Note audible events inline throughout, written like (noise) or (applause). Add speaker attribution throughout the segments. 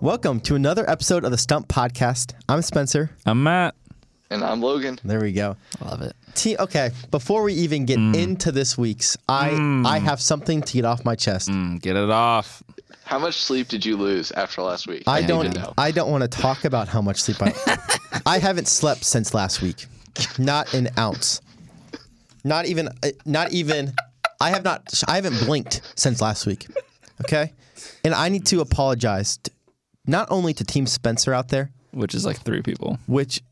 Speaker 1: Welcome to another episode of the Stump Podcast. I'm Spencer.
Speaker 2: I'm Matt.
Speaker 3: And I'm Logan.
Speaker 1: There we go. Mm.
Speaker 4: Love it.
Speaker 1: T- okay, before we even get into this week's, I I have something to get off my chest.
Speaker 2: Mm, Get it off.
Speaker 3: How much sleep did you lose after last week?
Speaker 1: I
Speaker 3: need
Speaker 1: don't
Speaker 3: to know.
Speaker 1: I don't want to talk about how much sleep (laughs) I I haven't slept since last week. Not an ounce. Not even uh, not even I have not I haven't blinked since last week. Okay? And I need to apologize t not only to team Spencer out there,
Speaker 2: Which is like three people.
Speaker 1: which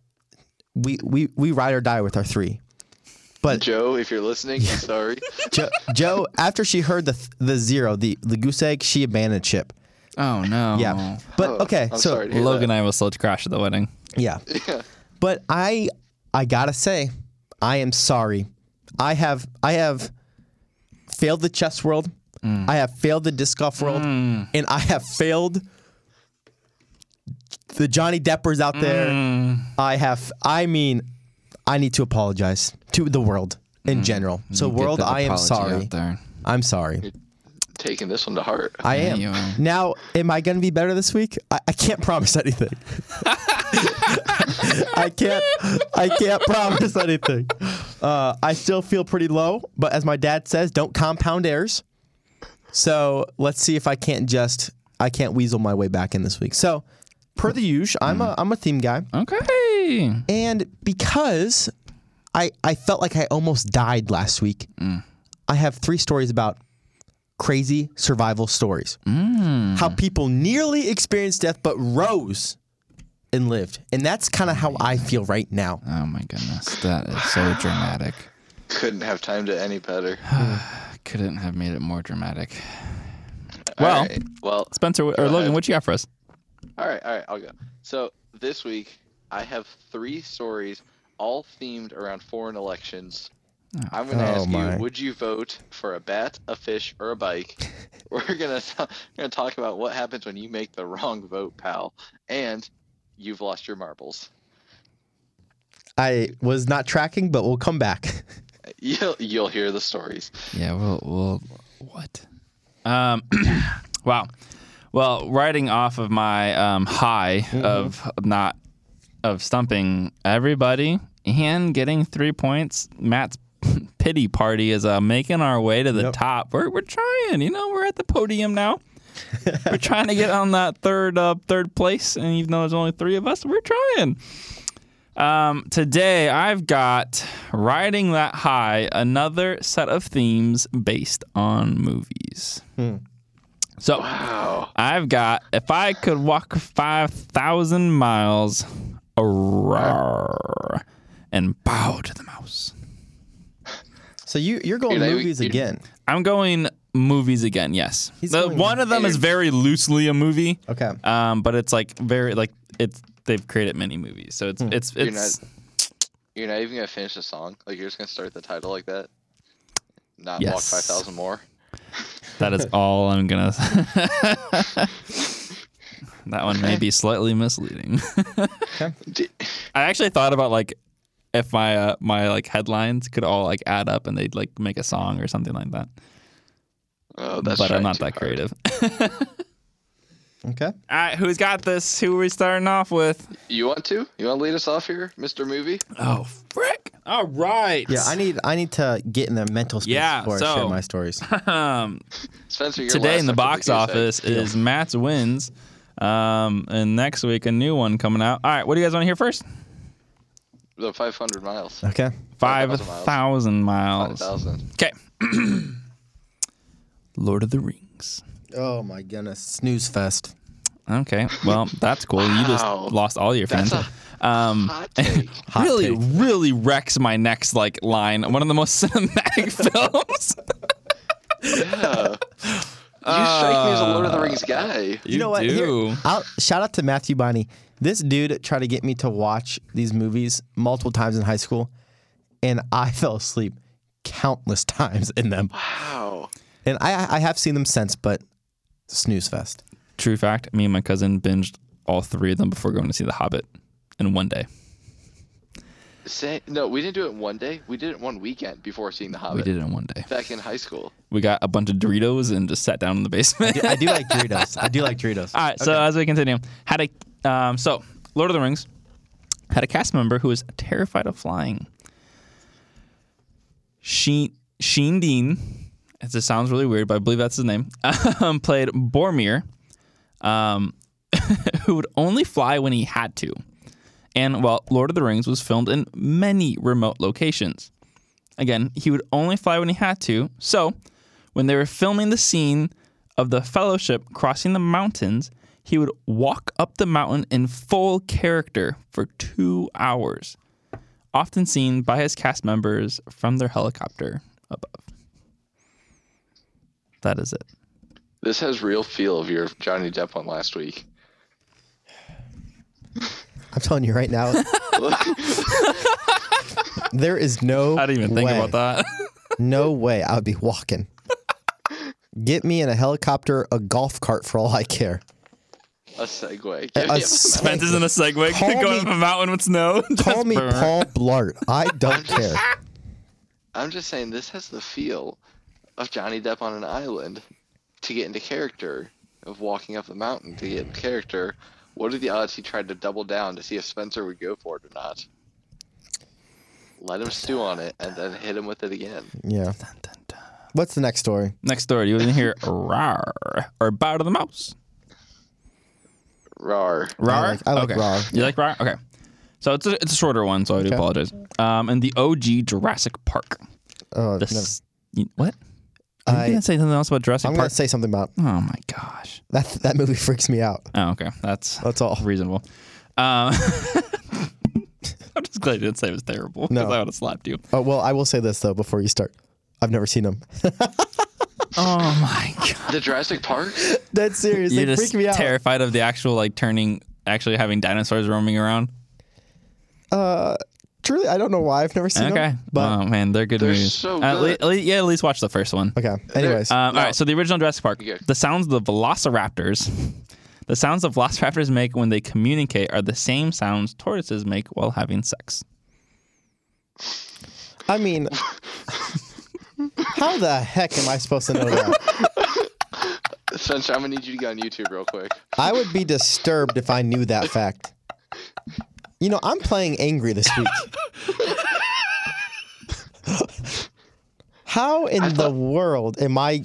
Speaker 1: we we we ride or die with our 3. But
Speaker 3: Joe, if you're listening, I'm sorry.
Speaker 1: Jo- Joe, after she heard the the zero, the the goose egg, she abandoned ship.
Speaker 2: Oh no.
Speaker 1: Yeah, but okay,
Speaker 3: Oh, I'm
Speaker 1: so
Speaker 3: sorry to hear
Speaker 2: Logan and I almost let crash at the wedding. (laughs)
Speaker 1: yeah,
Speaker 3: that.
Speaker 1: but I I gotta say, I am sorry. I have I have failed the chess world.
Speaker 2: Mm.
Speaker 1: I have failed the disc golf world, and I have failed the Johnny Deppers out there.
Speaker 2: Mm.
Speaker 1: I have. I mean, I need to apologize to the world in general. So,
Speaker 2: Mm. You get
Speaker 1: world,
Speaker 2: that
Speaker 1: I am
Speaker 2: apology
Speaker 1: sorry.
Speaker 2: out there.
Speaker 1: I'm sorry.
Speaker 3: Taking this one to heart.
Speaker 1: I
Speaker 2: Yeah,
Speaker 1: am.
Speaker 2: you are.
Speaker 1: Now, am I going to be better this week? I, I can't (laughs) promise anything. I can't. I can't promise anything. Uh, I still feel pretty low, but as my dad says, don't compound errors. So let's see if I can't just. I can't weasel my way back in this week. So, per the usual,
Speaker 2: Hmm.
Speaker 1: I'm a I'm a theme guy,
Speaker 2: Okay.
Speaker 1: and because I I felt like I almost died last week, I have three stories about crazy survival stories
Speaker 2: Mm.
Speaker 1: how people nearly experienced death but rose and lived. And that's kind of how I feel right now.
Speaker 2: Oh my goodness. That is
Speaker 1: (sighs)
Speaker 2: so dramatic.
Speaker 3: Couldn't have timed it any better.
Speaker 2: I couldn't have made it more dramatic.
Speaker 3: All
Speaker 2: Well,
Speaker 3: right. well,
Speaker 2: Spencer or Logan, what you got for us?
Speaker 3: all right, all right, I'll go. So this week, I have three stories, all themed around foreign elections. I'm going to
Speaker 1: Oh,
Speaker 3: ask
Speaker 1: my.
Speaker 3: you: Would you vote for a bat, a fish, or a
Speaker 1: (laughs)
Speaker 3: bike? We're gonna t- gonna talk about what happens when you make the wrong vote, pal, and you've lost your marbles.
Speaker 1: I was not tracking, but we'll come back.
Speaker 3: You'll you'll hear the stories.
Speaker 2: Yeah, we'll we'll what? Um (clears throat) wow. Well, riding off of my um, high of not of stumping everybody and getting three points, Matt's (laughs) pity party is uh, making our way to the
Speaker 1: Yep.
Speaker 2: top. We're we're trying, you know, we're at the podium now. we're trying to get on that third uh, third place, and even though there's only three of us, we're trying. Um, today I've got riding that high, another set of themes based on movies. So
Speaker 3: Wow.
Speaker 2: I've got if I could walk five thousand miles, roar, and bow to the mouse.
Speaker 1: (laughs) So you, you're going
Speaker 3: Dude, I-
Speaker 1: movies
Speaker 3: you-
Speaker 1: again.
Speaker 2: I'm going movies again. Yes,
Speaker 1: He's
Speaker 2: The-
Speaker 1: going-
Speaker 2: one of them is very loosely a movie,
Speaker 1: Okay.
Speaker 2: um, but it's like very like it's they've created many movies, so
Speaker 1: Hmm.
Speaker 2: it's it's
Speaker 3: You're
Speaker 2: it's
Speaker 3: You're not even gonna finish the song. Like you're just gonna start the title like that. Not walk
Speaker 2: Yes.
Speaker 3: five thousand more.
Speaker 2: that is all I'm gonna. (laughs) that one may be slightly misleading. (laughs)
Speaker 3: D-
Speaker 2: I actually thought about like if my uh, my like headlines could all like add up and they'd like make a song or something like that.
Speaker 3: Oh, that's
Speaker 2: but I'm
Speaker 3: trying
Speaker 2: not
Speaker 3: too
Speaker 2: that
Speaker 3: hard.
Speaker 2: (laughs) creative.
Speaker 1: Okay.
Speaker 2: all right, who's got this? Who are we starting off with?
Speaker 3: You want to? You want to lead us off here, Mr. Movie?
Speaker 2: Oh frick! All right.
Speaker 1: Yeah, I need I need to get in the mental space
Speaker 2: Yeah,
Speaker 1: before I share
Speaker 2: so-
Speaker 1: my (laughs) stories.
Speaker 2: um,
Speaker 3: Spencer, you're
Speaker 2: today
Speaker 3: last
Speaker 2: in the
Speaker 3: after
Speaker 2: box
Speaker 3: goose egg.
Speaker 2: office is Matt's wins, um, and next week a new one coming out. All right, what do you guys want to hear first?
Speaker 3: The 500
Speaker 2: (laughs)
Speaker 3: miles.
Speaker 1: Okay.
Speaker 2: Five
Speaker 3: 5,000 miles.
Speaker 2: thousand miles.
Speaker 3: 5,000.
Speaker 2: Okay. (clears throat) Lord of the Rings.
Speaker 1: Oh my goodness, snooze fest.
Speaker 2: Okay, well that's cool. You just
Speaker 3: Wow.
Speaker 2: lost all your fans.
Speaker 3: That's
Speaker 2: um, (laughs)
Speaker 3: Hot take.
Speaker 1: Hot
Speaker 2: really,
Speaker 1: take.
Speaker 2: really wrecks my next like line. One of the most (laughs) cinematic films.
Speaker 3: yeah. You strike me as a Lord of the
Speaker 2: Ah.
Speaker 3: Rings guy.
Speaker 1: You, know what? Here-
Speaker 2: do.
Speaker 1: I'll, shout out to Matthew Bonney. This dude tried to get me to watch these movies multiple times in high school, and I (laughs) fell asleep countless times in them.
Speaker 3: Wow.
Speaker 1: And I, I have seen them since, but snooze fest.
Speaker 2: True fact: me and my cousin binged all three of them before going to see The Hobbit in one day.
Speaker 3: Say, no, we didn't do it in one day. We did it one weekend before seeing The Hobbit.
Speaker 2: We did it in one day.
Speaker 3: back in high school.
Speaker 2: We got a bunch of Doritos and just sat down in the basement.
Speaker 1: I do like Doritos. I do like Doritos.
Speaker 2: All right, so as we continue, had a um, so Lord of the Rings had a cast member who was terrified of flying. Sheen Sheen Dean, it just sounds really weird, but I believe that's his name. (laughs) Um, played Boromir, um, (laughs) who would only fly when he had to, and while Lord of the Rings was filmed in many remote locations. Again, he would only fly when he had to. So, when they were filming the scene of the fellowship crossing the mountains, he would walk up the mountain in full character for two hours, often seen by his cast members from their helicopter above. That is it.
Speaker 3: This has real feel of your Johnny Depp one
Speaker 2: (laughs)
Speaker 3: last week.
Speaker 1: I'm telling you right now, there is no.
Speaker 2: (laughs) I didn't even think
Speaker 1: way,
Speaker 2: about that. (laughs)
Speaker 1: No way. I would be walking. Get me in a helicopter, a golf cart for all I care.
Speaker 3: A segue.
Speaker 1: A-
Speaker 3: Give
Speaker 1: a
Speaker 3: me a-
Speaker 2: Spence is in a Segway (laughs)
Speaker 1: Call
Speaker 2: going
Speaker 1: me-
Speaker 2: up a mountain with snow. (laughs)
Speaker 1: Call me
Speaker 2: Brr.
Speaker 1: Paul Blart. I
Speaker 2: (laughs)
Speaker 1: don't care.
Speaker 3: (laughs) I'm just saying this has the feel of Johnny Depp on an island to get into character of walking up the mountain to get into character. What are the odds he tried to double down to see if Spencer would go for it or not? Let him stew on it and then hit him with it again.
Speaker 1: Yeah.
Speaker 2: Dun, dun, dun.
Speaker 1: What's the next story?
Speaker 2: Next door, you wouldn't hear rar or bow to the mouse.
Speaker 3: Rar.
Speaker 2: Rar?
Speaker 1: like- I like
Speaker 2: okay.
Speaker 1: rar.
Speaker 2: You like rar? Okay. So it's a, it's a shorter one, so I do
Speaker 1: Okay.
Speaker 2: apologize. Um, and the OG Jurassic Park.
Speaker 1: Oh,
Speaker 2: The
Speaker 1: no.
Speaker 2: s- you- what? Are you
Speaker 1: I-
Speaker 2: gonna say something else about Jurassic
Speaker 1: I'm gonna
Speaker 2: Park?
Speaker 1: say something about
Speaker 2: oh my gosh.
Speaker 1: that. That movie freaks me out.
Speaker 2: Oh, okay. That's
Speaker 1: That's all.
Speaker 2: reasonable. Um, (laughs) I'm just glad you didn't say it was terrible because
Speaker 1: No.
Speaker 2: I would have slapped
Speaker 1: (laughs)
Speaker 2: you.
Speaker 1: Oh well, I will say this though before you start. I've never seen them. (laughs)
Speaker 2: Oh my god.
Speaker 3: The Jurassic Park? (laughs)
Speaker 1: That's serious.
Speaker 2: You're
Speaker 1: They
Speaker 2: just
Speaker 1: freak me out.
Speaker 2: terrified of the actual like turning, actually having dinosaurs roaming around.
Speaker 1: Truly, I don't know why I've never seen them.
Speaker 2: Okay.
Speaker 1: But
Speaker 2: oh man, they're good
Speaker 3: They're
Speaker 2: movies.
Speaker 3: so
Speaker 2: At le-
Speaker 3: good.
Speaker 2: at le- yeah, at least watch the first one.
Speaker 1: okay. Anyways,
Speaker 2: Um, All right, so the original Jurassic Park.
Speaker 3: Okay.
Speaker 2: The sounds of the velociraptors, (laughs) the sounds the velociraptors make when they communicate are the same sounds tortoises make while having sex.
Speaker 1: I
Speaker 2: (laughs)
Speaker 1: mean, how the heck am I supposed to know that?
Speaker 3: Spencer, I'm gonna need you to go on YouTube real quick.
Speaker 1: I would be disturbed if I knew that fact. You know, I'm playing angry this week. How in the world am I?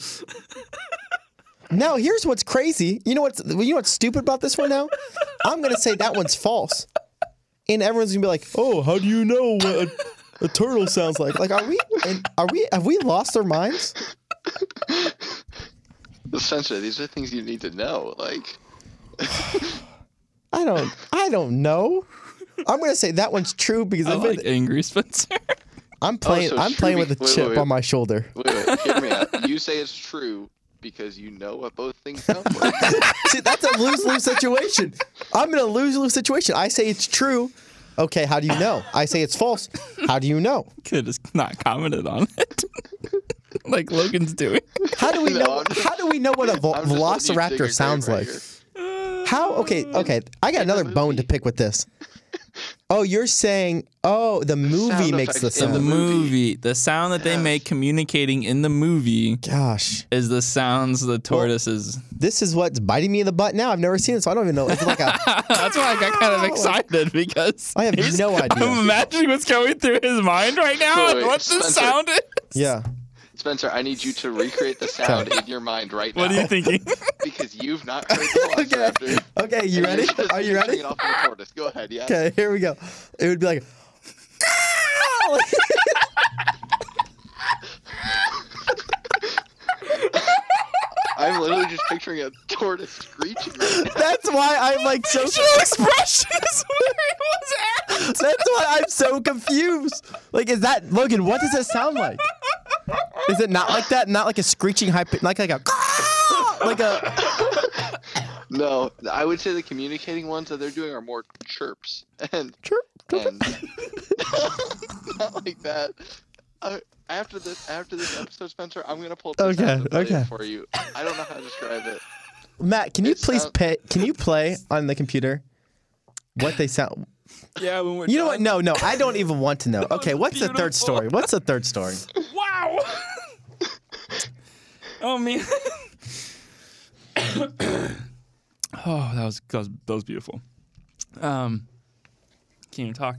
Speaker 1: Now, here's what's crazy. You know what's you know what's stupid about this one now? I'm gonna say that one's false, and everyone's gonna be like, "Oh, how do you know what a, a turtle sounds like?" Like, are we? And are we? Have we lost our minds?
Speaker 3: Spencer, these are things you need to know. Like
Speaker 1: I don't. I don't know. I'm gonna say that one's true because
Speaker 2: I
Speaker 1: I've
Speaker 2: like
Speaker 1: been,
Speaker 2: angry (laughs) Spencer.
Speaker 1: I'm playing.
Speaker 3: Oh, so
Speaker 1: I'm
Speaker 3: it's
Speaker 1: playing
Speaker 3: true
Speaker 1: with a
Speaker 3: be- wait,
Speaker 1: chip
Speaker 3: wait,
Speaker 1: on my shoulder.
Speaker 3: Wait, wait, hear me out. You say it's true because you know what both things sound like.
Speaker 1: See, that's a lose lose situation. I'm in a lose lose situation. I say it's true. Okay, how do you know? I say it's false. How do you know?
Speaker 2: Could just not commented on it, (laughs) like Logan's doing.
Speaker 1: How do we
Speaker 3: No,
Speaker 1: know?
Speaker 3: I'm just-
Speaker 1: how do we know what a vo-
Speaker 3: I'm just letting you dig
Speaker 1: velociraptor
Speaker 3: your grave
Speaker 1: sounds like?
Speaker 3: right here.
Speaker 1: How? Okay, okay. I got another bone to
Speaker 3: movie.
Speaker 1: pick with this. Oh, you're saying? Oh, the movie
Speaker 3: sound
Speaker 1: makes the
Speaker 3: effects in
Speaker 1: sound.
Speaker 2: The
Speaker 3: movie.
Speaker 2: movie, the sound that they make communicating in the movie
Speaker 1: Gosh.
Speaker 2: is the sounds the tortoises. (laughs)
Speaker 1: this is what's biting me in the butt now. I've never seen it, so I don't even know. It's like a,
Speaker 3: (laughs)
Speaker 2: That's why I got kind of excited because
Speaker 1: I have
Speaker 2: he's-
Speaker 1: no idea.
Speaker 2: (laughs) I'm imagining what's going through his mind right now
Speaker 3: Wait,
Speaker 2: and
Speaker 3: wait,
Speaker 2: what the
Speaker 3: Spencer.
Speaker 2: sound is.
Speaker 1: yeah.
Speaker 3: Spencer, I need you to
Speaker 1: (laughs)
Speaker 3: recreate the sound in your mind right
Speaker 2: What
Speaker 3: now
Speaker 2: are you thinking?
Speaker 3: because
Speaker 1: (laughs)
Speaker 3: you've not heard the
Speaker 1: Okay.
Speaker 3: velociraptor.
Speaker 1: Okay, you
Speaker 3: (laughs)
Speaker 1: ready?
Speaker 3: You're just
Speaker 1: Are you
Speaker 3: picturing
Speaker 1: ready?
Speaker 3: It off of a tortoise. Go ahead, yeah.
Speaker 1: Okay, here we go. It would be like,
Speaker 3: I'm literally just picturing a tortoise screeching. Right now.
Speaker 1: that's why I'm like so.
Speaker 2: Facial expression is (laughs) where he was at.
Speaker 1: That's why I'm so confused. Like, is that Logan? What does that sound like? Is it not like that? Not like a screeching high, pi- like like
Speaker 2: (laughs)
Speaker 1: a, like a.
Speaker 3: No, I would say the communicating ones that they're doing are more chirps and and (laughs) not like that. Uh, after this, after this episode, Spencer, I'm gonna pull up the
Speaker 1: Okay,
Speaker 3: sound and play it
Speaker 1: okay.
Speaker 3: for you. I don't know how to describe it.
Speaker 1: Matt, can you
Speaker 3: It
Speaker 1: please
Speaker 3: sound-
Speaker 1: pay? Can you play on the computer? What they sound?
Speaker 2: Yeah, when we're
Speaker 1: You know what?
Speaker 2: done.
Speaker 1: No, no, I don't even want to know. Okay,
Speaker 2: was
Speaker 1: what's the third
Speaker 2: beautiful.
Speaker 1: story? What's the third story?
Speaker 2: Wow. (laughs) oh man. (coughs) oh, that was, that was that was beautiful. Um, can't even talk.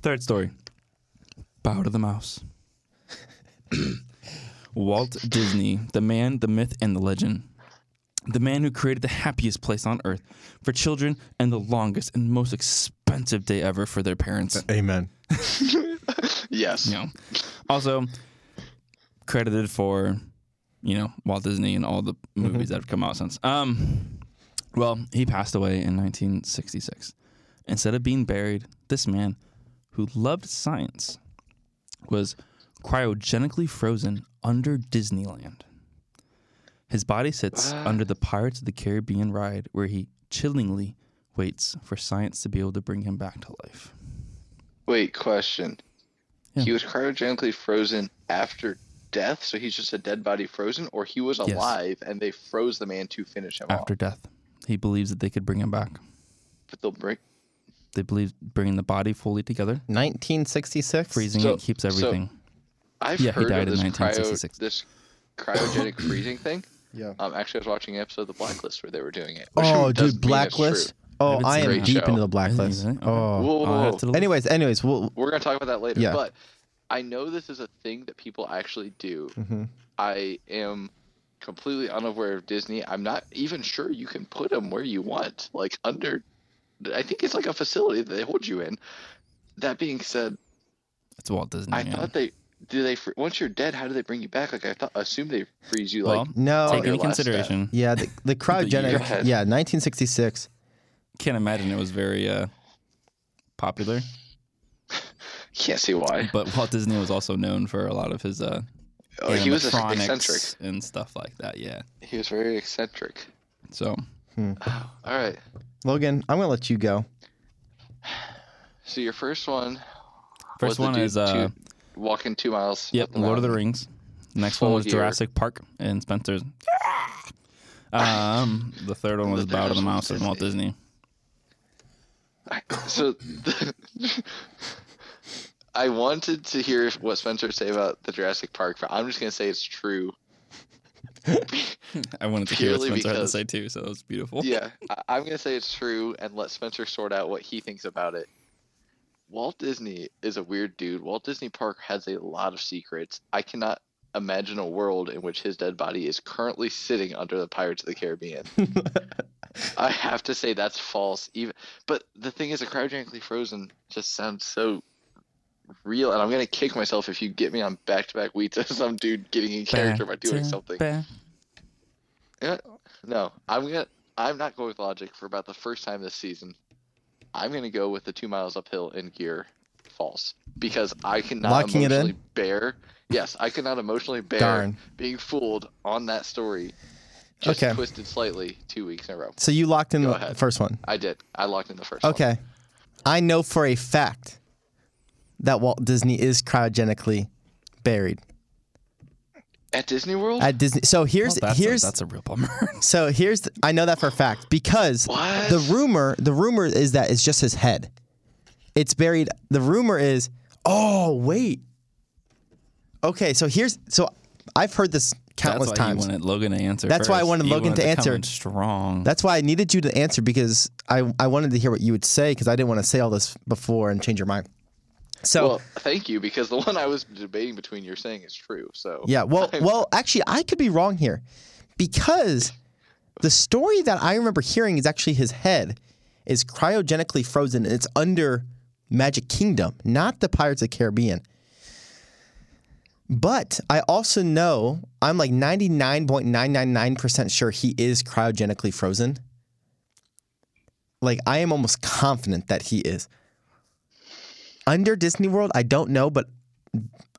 Speaker 2: Third story. Bow to the mouse. (coughs) Walt Disney, the man, the myth, and the legend. The man who created the happiest place on earth for children and the longest and most expensive day ever for their parents.
Speaker 1: Amen.
Speaker 3: Yes.
Speaker 2: You know, (laughs) also credited for, you know, Walt Disney and all the movies that have come out since. Um, well, he passed away in 1966. Instead of being buried, this man, who loved science, was cryogenically frozen under Disneyland. His body sits under the Pirates of the Caribbean ride, where he chillingly waits for science to be able to bring him back to life.
Speaker 3: Wait, question.
Speaker 2: Yeah.
Speaker 3: He was cryogenically frozen after death, so he's just a dead body frozen, or he was alive and they froze the man to finish him
Speaker 2: After
Speaker 3: off.
Speaker 2: death, he believes that they could bring him back.
Speaker 3: But they'll break.
Speaker 2: they believe bringing the body fully together,
Speaker 1: 1966.
Speaker 2: freezing
Speaker 3: So-
Speaker 2: it keeps
Speaker 3: so-
Speaker 2: everything.
Speaker 3: I've
Speaker 2: Yeah, he
Speaker 3: heard
Speaker 2: died in
Speaker 3: of this, cryo,
Speaker 2: 1966.
Speaker 3: this cryogenic freezing thing.
Speaker 1: Yeah.
Speaker 3: Um, actually, I was watching an episode of The Blacklist where they were doing it. which
Speaker 1: Oh,
Speaker 3: doesn't mean it's
Speaker 1: dude, Blacklist.
Speaker 3: true.
Speaker 1: Oh,
Speaker 2: Haven't
Speaker 1: I
Speaker 2: seen
Speaker 1: am
Speaker 3: that
Speaker 1: deep
Speaker 3: show.
Speaker 1: into the Blacklist.
Speaker 2: Isn't it? Okay.
Speaker 1: Oh.
Speaker 3: Whoa,
Speaker 2: I'll
Speaker 3: whoa,
Speaker 2: have
Speaker 3: whoa.
Speaker 2: to look-
Speaker 1: Anyways, anyways, we'll.
Speaker 3: We're gonna talk about that later.
Speaker 1: Yeah.
Speaker 3: But I know this is a thing that people actually do. I am completely unaware of Disney. I'm not even sure you can put them where you want, like under. I think it's like a facility that they hold you in. That being said,
Speaker 2: It's Walt Disney.
Speaker 3: I
Speaker 2: yeah.
Speaker 3: thought they do they fr- once you're dead, how do they bring you back? Like I thought, assume they freeze you.
Speaker 2: well,
Speaker 3: like
Speaker 1: No.
Speaker 2: take
Speaker 3: your
Speaker 2: into
Speaker 3: last step.
Speaker 2: consideration.
Speaker 1: Yeah,
Speaker 2: (laughs)
Speaker 1: the, the
Speaker 2: year.
Speaker 1: cryogenic. yeah, 1966.
Speaker 2: Can't imagine it was very uh, popular.
Speaker 3: can't see why. (sighs)
Speaker 2: But Walt Disney was also known for a lot of his uh,
Speaker 3: Oh, he was
Speaker 2: animatronics
Speaker 3: eccentric.
Speaker 2: and stuff like that. Yeah.
Speaker 3: He was very eccentric.
Speaker 2: So
Speaker 3: All right.
Speaker 1: Logan, I'm gonna let you go.
Speaker 3: So your first one. was
Speaker 2: first
Speaker 3: the
Speaker 2: one
Speaker 3: dude
Speaker 2: is uh,
Speaker 3: two- walking two miles.
Speaker 2: yep,
Speaker 3: up
Speaker 2: Lord of the
Speaker 3: mountain.
Speaker 2: Rings. Next
Speaker 3: Full
Speaker 2: one was
Speaker 3: year.
Speaker 2: Jurassic Park and Spencer's.
Speaker 3: (laughs)
Speaker 2: Um, the third one was
Speaker 3: The
Speaker 2: Bow to the
Speaker 3: Disney.
Speaker 2: Mouse and Walt Disney.
Speaker 3: so (laughs) I wanted to hear what Spencer would say about the Jurassic Park, but I'm just gonna say it's true.
Speaker 2: I wanted to hear what
Speaker 3: Purely
Speaker 2: Spencer had to
Speaker 3: because-
Speaker 2: say too, so it was beautiful.
Speaker 3: Yeah, I- I'm gonna say it's true and let Spencer sort out what he thinks about it. Walt Disney is a weird dude. Walt Disney Park has a lot of secrets. I cannot imagine a world in which his dead body is currently sitting under the Pirates of the Caribbean. I have to say that's false. Even, but the thing is, a cryogenically frozen just sounds so real, and I'm gonna kick myself if you get me on back-to-back weeks of some dude getting in character by doing something. Yeah, no, I'm gonna. I'm not going with logic for about the first time this season. I'm gonna go with the two miles uphill in gear false because I cannot
Speaker 1: Locking it in?
Speaker 3: emotionally bear. Yes, I cannot emotionally bear
Speaker 1: Darn.
Speaker 3: being fooled on that story. Just
Speaker 1: Okay.
Speaker 3: twisted slightly two weeks in a row.
Speaker 1: So you locked in
Speaker 3: Go
Speaker 1: the
Speaker 3: ahead.
Speaker 1: first one.
Speaker 3: I did. I locked in the first. one.
Speaker 1: Okay. I know for a fact that Walt Disney is cryogenically buried
Speaker 3: At Disney World.
Speaker 1: at Disney. So here's
Speaker 2: Well, that's
Speaker 1: here's
Speaker 2: a, that's a real
Speaker 1: (laughs)
Speaker 2: bummer.
Speaker 1: so here's I know that for a fact because
Speaker 3: What?
Speaker 1: the rumor the rumor is that it's just his head. It's buried. The rumor is oh wait. Okay, so here's so I've heard this countless
Speaker 2: (laughs) That's why
Speaker 1: times.
Speaker 2: You wanted Logan to answer.
Speaker 1: That's why I
Speaker 2: first.
Speaker 1: wanted
Speaker 2: You
Speaker 1: Logan to
Speaker 2: come
Speaker 1: answer.
Speaker 2: in strong.
Speaker 1: That's why I needed you to answer because I, I wanted to hear what you would say because I didn't want to say all this before and change your mind. So
Speaker 3: Well, thank you because the (laughs) one I was debating between you're saying is true. So
Speaker 1: yeah, well well actually I could be wrong here because the story that I remember hearing is actually his head is cryogenically frozen and it's under Magic Kingdom, not the Pirates of the Caribbean. But I also know I'm like 99.999% sure he is cryogenically frozen. Like I am almost confident that he is. Under Disney World, I don't know, but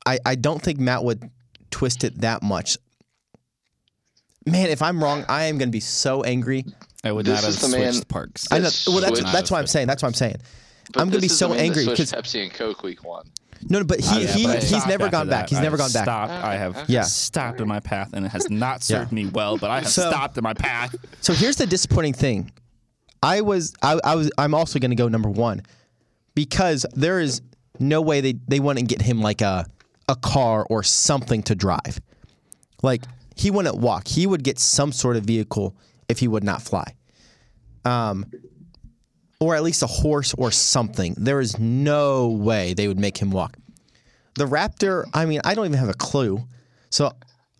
Speaker 1: I, I don't think Matt would twist it that much. Man, if I'm wrong, I am gonna be so angry.
Speaker 2: I would
Speaker 3: This
Speaker 2: not have
Speaker 3: is the
Speaker 2: switched
Speaker 3: man-
Speaker 2: parks.
Speaker 1: I know,
Speaker 3: That's
Speaker 1: well, that's
Speaker 3: switch.
Speaker 1: that's why I'm saying. That's why I'm saying.
Speaker 3: But
Speaker 1: I'm gonna
Speaker 3: this
Speaker 1: be
Speaker 3: is the
Speaker 1: so
Speaker 3: man that
Speaker 1: angry
Speaker 3: switched
Speaker 1: 'cause-
Speaker 3: Pepsi and Coke week one.
Speaker 1: No, no but he,
Speaker 2: Yeah,
Speaker 1: he
Speaker 2: but I
Speaker 1: he's
Speaker 2: stopped
Speaker 1: never
Speaker 2: after
Speaker 1: gone back.
Speaker 2: that.
Speaker 1: He's
Speaker 2: I
Speaker 1: never
Speaker 2: have
Speaker 1: gone back.
Speaker 2: Stopped. I have
Speaker 1: Yeah.
Speaker 2: stopped in my path, and it has not
Speaker 1: Yeah.
Speaker 2: served me well. But I have
Speaker 1: So-
Speaker 2: stopped in my
Speaker 1: (laughs)
Speaker 2: path.
Speaker 1: So here's the disappointing thing. I was I, I was I'm also gonna go number one. because there is no way they, they wouldn't get him like a a car or something to drive. Like he wouldn't walk. He would get some sort of vehicle if he would not fly. Um or at least a horse or something. There is no way they would make him walk. The raptor, I mean, I don't even have a clue. So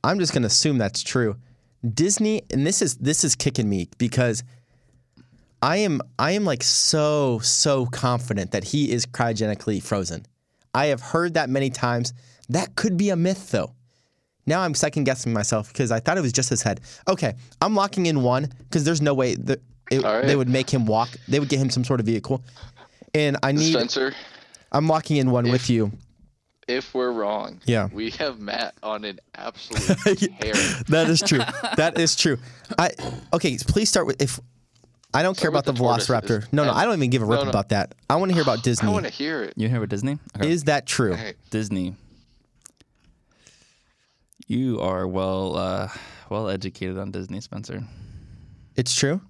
Speaker 1: I'm just going to assume that's true. Disney and this is this is kicking me because I am I am like so so confident that he is cryogenically frozen. I have heard that many times. That could be a myth though. Now I'm second guessing myself because I thought it was just his head. Okay, I'm locking in one because there's no way that it,
Speaker 3: All right.
Speaker 1: they would make him walk. They would get him some sort of vehicle, and I need.
Speaker 3: Spencer,
Speaker 1: I'm locking in one with you.
Speaker 3: if we're wrong,
Speaker 1: Yeah.
Speaker 3: we have Matt on an
Speaker 1: (laughs)
Speaker 3: absolute tear.
Speaker 1: That is true. that is true. I okay. Please start with if I don't care
Speaker 3: Start
Speaker 1: about the,
Speaker 3: with the tortoises.
Speaker 1: Velociraptor. No, no, I don't even give a rip
Speaker 3: no.
Speaker 1: about that. I want to hear about
Speaker 3: (sighs) I
Speaker 1: Disney.
Speaker 3: want to hear it.
Speaker 2: You here with Disney? Okay.
Speaker 1: Is that true?
Speaker 3: Hey,
Speaker 2: Disney. You are well uh, well educated on Disney, Spencer.
Speaker 1: It's true.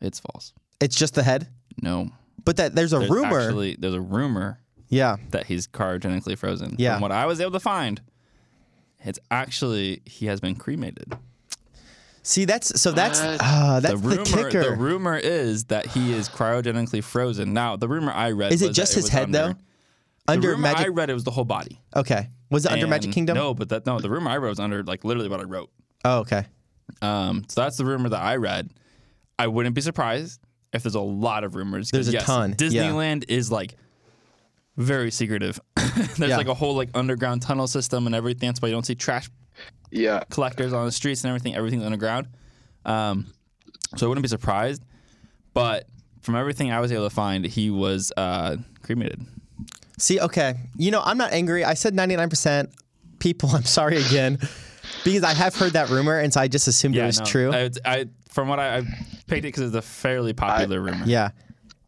Speaker 2: It's false.
Speaker 1: It's just the head.
Speaker 2: No.
Speaker 1: But that there's a
Speaker 2: There's
Speaker 1: rumor.
Speaker 2: Actually, there's a rumor
Speaker 1: yeah.
Speaker 2: that he's cryogenically frozen.
Speaker 1: Yeah.
Speaker 2: From what I was able to find, it's actually he has been cremated.
Speaker 1: See, that's so that's
Speaker 3: What?
Speaker 1: ah, that's
Speaker 2: the
Speaker 1: the,
Speaker 2: rumor,
Speaker 1: kicker.
Speaker 2: rumor is that he is cryogenically frozen. Now, the rumor I read
Speaker 1: Is it
Speaker 2: was
Speaker 1: just
Speaker 2: that
Speaker 1: his
Speaker 2: was
Speaker 1: head
Speaker 2: under,
Speaker 1: though?
Speaker 2: The
Speaker 1: Under
Speaker 2: rumor
Speaker 1: Magic.
Speaker 2: I read it was the whole body.
Speaker 1: okay. Was it under Magic
Speaker 2: And-
Speaker 1: Kingdom?
Speaker 2: No, but that no, the rumor I read was under like literally what I wrote.
Speaker 1: Oh, okay.
Speaker 2: Um, so that's the rumor that I read. I wouldn't be surprised if there's a lot of rumors. 'cause
Speaker 1: There's a
Speaker 2: yes,
Speaker 1: ton, yeah.
Speaker 2: Disneyland is like very secretive. (laughs) there's
Speaker 1: Yeah.
Speaker 2: like a whole like underground tunnel system and everything. That's why you don't see trash
Speaker 3: yeah.
Speaker 2: collectors on the streets and everything. Everything's underground. Um, so I wouldn't be surprised. But from everything I was able to find, he was uh, cremated.
Speaker 1: See, okay. You know, I'm not angry. I said 99% people. (laughs) I'm sorry again, because I have heard that rumor, and so I just assumed it was
Speaker 2: no,
Speaker 1: true.
Speaker 2: I, I from what I, I picked it because it's a fairly popular rumor.
Speaker 1: yeah.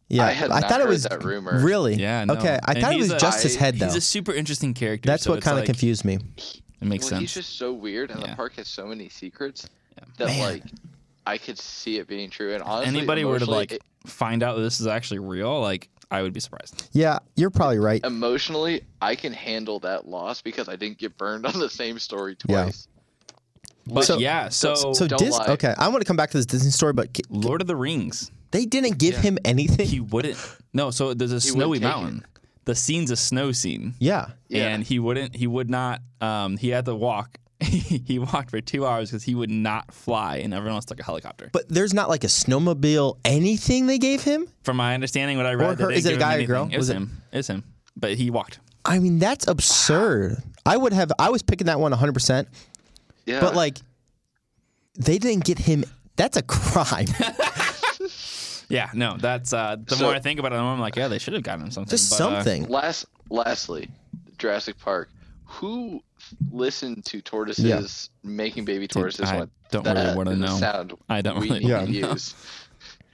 Speaker 1: Yeah.
Speaker 3: I had not
Speaker 1: thought it
Speaker 3: heard
Speaker 1: was
Speaker 3: that rumor.
Speaker 1: Really?
Speaker 2: Yeah. no.
Speaker 1: Okay. I
Speaker 2: And
Speaker 1: thought it
Speaker 2: he's
Speaker 1: was
Speaker 2: a-
Speaker 1: just his
Speaker 3: I-
Speaker 1: head though.
Speaker 2: He's a super interesting character.
Speaker 1: That's
Speaker 2: so
Speaker 1: what
Speaker 2: it's
Speaker 1: kind of
Speaker 2: like-
Speaker 1: confused me.
Speaker 2: It makes
Speaker 3: well,
Speaker 2: sense.
Speaker 3: He's just so weird, and
Speaker 2: Yeah.
Speaker 3: the park has so many secrets that like I could see it being true. And honestly,
Speaker 2: Anybody were to
Speaker 3: emotionally,
Speaker 2: like
Speaker 3: it-
Speaker 2: find out that this is actually real, like I would be surprised.
Speaker 1: Yeah, you're probably right.
Speaker 3: Um, emotionally, I can handle that loss because I didn't get burned (laughs) on the same story
Speaker 1: Yeah.
Speaker 3: twice.
Speaker 2: But
Speaker 1: So-
Speaker 2: yeah, so,
Speaker 1: So
Speaker 3: don't
Speaker 1: Dis-
Speaker 3: lie.
Speaker 1: okay, I want to come back to this Disney story, but c-
Speaker 2: Lord of the Rings,
Speaker 1: they didn't give him anything.
Speaker 2: he wouldn't. No, so there's a snowy
Speaker 3: wouldn't take
Speaker 2: mountain. The scene's a snow scene,
Speaker 1: yeah.
Speaker 3: Yeah.
Speaker 2: and he wouldn't. He would not. Um, he had to walk. (laughs) he walked for two hours because he would not fly, and everyone else took a helicopter.
Speaker 1: But there's not like a snowmobile, anything they gave him?
Speaker 2: From my understanding, what I read, they
Speaker 1: her-
Speaker 2: didn't
Speaker 1: is it a
Speaker 2: give him
Speaker 1: guy or
Speaker 2: anything.
Speaker 1: girl?
Speaker 2: It was,
Speaker 1: Was it-
Speaker 2: him. It's him. But he walked.
Speaker 1: I mean, that's absurd. I would have, I was picking that one 100%,
Speaker 3: Yeah,
Speaker 1: but like, they didn't get him. That's a
Speaker 2: (laughs)
Speaker 1: crime.
Speaker 2: Yeah, no, that's uh, the
Speaker 3: So-
Speaker 2: more I think about it, the more I'm like, yeah, they should have gotten him something.
Speaker 1: Just
Speaker 2: but, uh,
Speaker 1: something.
Speaker 3: last, lastly, Jurassic Park. Who listened to tortoises making baby tortoises?
Speaker 2: I
Speaker 3: went,
Speaker 2: don't really
Speaker 3: "That
Speaker 2: wanna
Speaker 3: is a
Speaker 2: know.
Speaker 3: Sound
Speaker 2: I don't
Speaker 3: we
Speaker 2: really
Speaker 3: need
Speaker 1: wanna
Speaker 3: to
Speaker 2: know." (laughs)
Speaker 3: use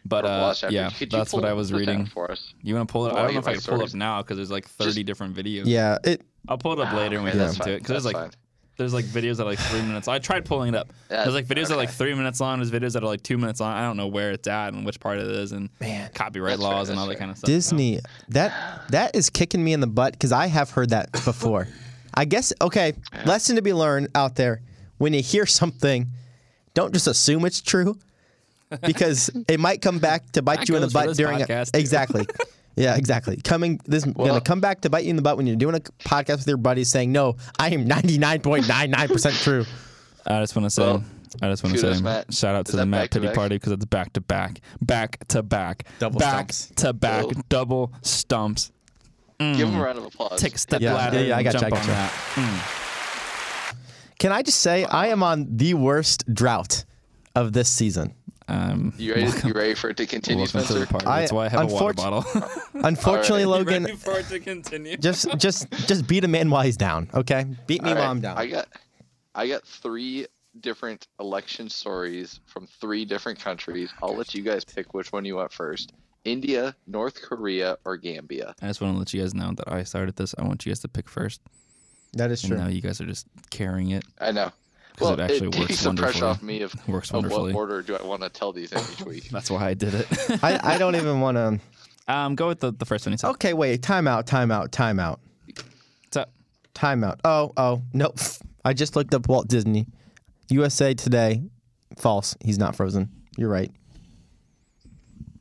Speaker 2: but
Speaker 3: for
Speaker 2: uh,
Speaker 3: Velociraptor."
Speaker 2: yeah,
Speaker 3: Could you
Speaker 2: that's
Speaker 3: pull
Speaker 2: what I
Speaker 3: up
Speaker 2: was
Speaker 3: the sound
Speaker 2: reading.
Speaker 3: for us.
Speaker 2: You want to pull it? I
Speaker 3: Well,
Speaker 2: don't know if I
Speaker 3: my
Speaker 2: can pull it up
Speaker 3: source-
Speaker 2: now because there's like 30 different videos.
Speaker 1: Yeah. It,
Speaker 2: I'll pull it up later and we
Speaker 3: Ah, Okay,
Speaker 2: can
Speaker 3: that's
Speaker 2: listen to it
Speaker 3: fine,
Speaker 2: because there's
Speaker 3: that's
Speaker 2: like
Speaker 3: fine.
Speaker 2: there's like videos that are like three minutes. I tried pulling it up.
Speaker 3: (laughs) Yeah,
Speaker 2: there's like videos that are like
Speaker 3: okay.
Speaker 2: three minutes long. There's videos that are like two minutes long. I don't know where it's at and which part it is and copyright
Speaker 3: That's fair,
Speaker 2: laws and
Speaker 3: that's
Speaker 2: all that
Speaker 3: fair.
Speaker 2: kind of stuff.
Speaker 1: Disney, that that is kicking me in the butt because I have heard that before. I guess okay, lesson to be learned out there. When you hear something, don't just assume it's true
Speaker 2: (laughs)
Speaker 1: because it might come back to bite
Speaker 2: That
Speaker 1: you in the
Speaker 2: goes for
Speaker 1: butt
Speaker 2: this
Speaker 1: during
Speaker 2: podcast,
Speaker 1: a,
Speaker 2: too. (laughs)
Speaker 1: exactly. Yeah, exactly. Coming this
Speaker 3: Well-
Speaker 1: gonna come back to bite you in the butt when you're doing a podcast with your buddies saying, "No, I am 99.99% true."
Speaker 2: I just want to say,
Speaker 3: Well,
Speaker 2: I just want to
Speaker 3: kudos,
Speaker 2: say,
Speaker 3: Matt.
Speaker 2: shout out
Speaker 3: Is
Speaker 2: to the
Speaker 3: that
Speaker 2: Matt
Speaker 3: back to
Speaker 2: Pity
Speaker 3: back?
Speaker 2: Party because it's back to back, back to back,
Speaker 1: Double
Speaker 2: back
Speaker 1: stumps.
Speaker 2: to back,
Speaker 3: Whoa.
Speaker 2: double stumps.
Speaker 3: Give him a round of applause.
Speaker 2: Mm. Take a step
Speaker 1: Yeah,
Speaker 2: ladder.
Speaker 1: yeah, yeah, I
Speaker 2: and
Speaker 1: gotcha,
Speaker 2: jump
Speaker 1: I
Speaker 2: on
Speaker 1: gotcha.
Speaker 2: that.
Speaker 1: Can I just say I am on the worst drought of this
Speaker 2: (laughs)
Speaker 1: season.
Speaker 2: Um,
Speaker 3: You ready? You ready for it to continue,
Speaker 2: welcome to the
Speaker 3: Spencer?
Speaker 2: party.
Speaker 1: I-
Speaker 2: That's why I have a water
Speaker 1: unfortu-
Speaker 2: bottle.
Speaker 1: (laughs)
Speaker 2: (laughs)
Speaker 1: Unfortunately, Logan,
Speaker 2: Ready for it to continue.
Speaker 1: just just just beat a man while he's down, okay? Beat me
Speaker 3: All
Speaker 1: while
Speaker 3: right,
Speaker 1: I'm down.
Speaker 3: I got, I got three different election stories from three different countries. I'll let you guys pick which one you want first: India, North Korea, or Gambia.
Speaker 2: I just want to let you guys know that I started this. I want you guys to pick first.
Speaker 1: that is
Speaker 2: And now you guys are just carrying it.
Speaker 3: I know.
Speaker 2: 'Cause
Speaker 3: Well,
Speaker 2: it
Speaker 3: it,
Speaker 2: actually works
Speaker 3: takes the pressure
Speaker 2: wonderfully.
Speaker 3: off me
Speaker 2: (laughs)
Speaker 3: of,
Speaker 2: Works
Speaker 3: of what
Speaker 2: wonderfully. (laughs)
Speaker 3: order do I want to tell these in each week.
Speaker 2: That's why I did it.
Speaker 1: I, I don't even want to.
Speaker 2: (laughs) Um, go with the, the first one he said.
Speaker 1: Okay, wait. Time out. Time out. Time out.
Speaker 2: What's up?
Speaker 1: Time out. Oh, oh, nope. I just looked up Walt Disney. USA Today. False. He's not frozen. You're right.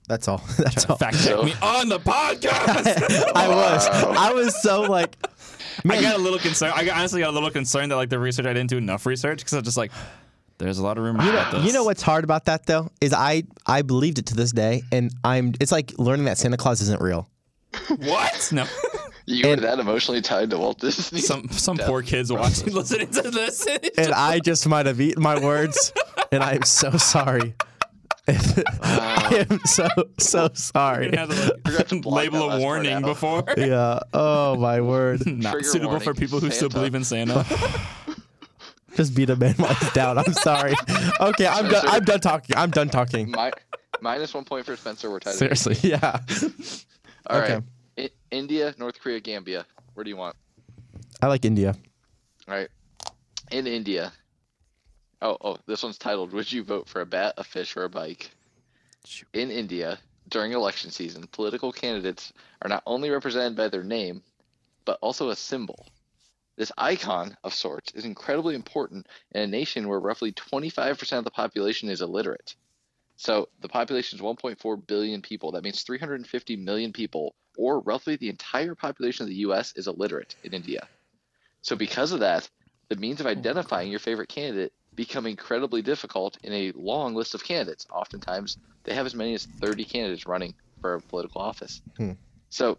Speaker 1: That's all. (laughs) That's all.
Speaker 2: Fact check me on the (laughs) podcast.
Speaker 1: I was. I was so like.
Speaker 2: I got a little concerned. I got- honestly got a little concerned that like the research I didn't do enough research because I'm just like, there's a lot of rumors about this.
Speaker 1: You know what's hard about that though is I I believed it to this day, and I'm. It's like learning that Santa Claus isn't real.
Speaker 2: (laughs) What? (laughs) No.
Speaker 3: You were that emotionally tied to Walt Disney.
Speaker 2: Some some poor kids watching, (laughs) listening to this.
Speaker 1: And I just might have eaten my words, and I'm so sorry. (laughs) I am so so sorry.
Speaker 2: Had to,
Speaker 3: forgot
Speaker 2: like,
Speaker 3: to block that
Speaker 2: label
Speaker 3: last
Speaker 2: a
Speaker 3: part
Speaker 2: warning
Speaker 3: out.
Speaker 2: before.
Speaker 1: Yeah. Oh my word.
Speaker 2: Not
Speaker 3: Trigger
Speaker 2: suitable
Speaker 3: warning,
Speaker 2: for people who still
Speaker 3: Santa.
Speaker 2: believe in
Speaker 3: (laughs)
Speaker 2: Santa.
Speaker 1: Just beat a man while he's down. I'm sorry. Okay, I'm done. I'm done talking. I'm done talking.
Speaker 3: (laughs) Mi- minus one point for Spencer. We're tied.
Speaker 2: Seriously.
Speaker 1: (laughs) Yeah.
Speaker 3: All right.
Speaker 1: okay.
Speaker 3: I- India, North Korea, Gambia. Where do you want?
Speaker 1: I like India.
Speaker 3: All right. In India. Oh, oh, this one's titled Would You Vote for a Bat, a Fish, or a Bike?
Speaker 2: Shoot.
Speaker 3: In India, during election season, political candidates are not only represented by their name, but also a symbol. This icon of sorts is incredibly important in a nation where roughly 25% of the population is illiterate. So the population is 1.4 billion people. That means 350 million people, or roughly the entire population of the U.S., is illiterate in India. So because of that, the means of identifying your favorite candidate become incredibly difficult in a long list of candidates. Oftentimes, they have as many as 30 candidates running for a political office.
Speaker 1: Hmm.
Speaker 3: So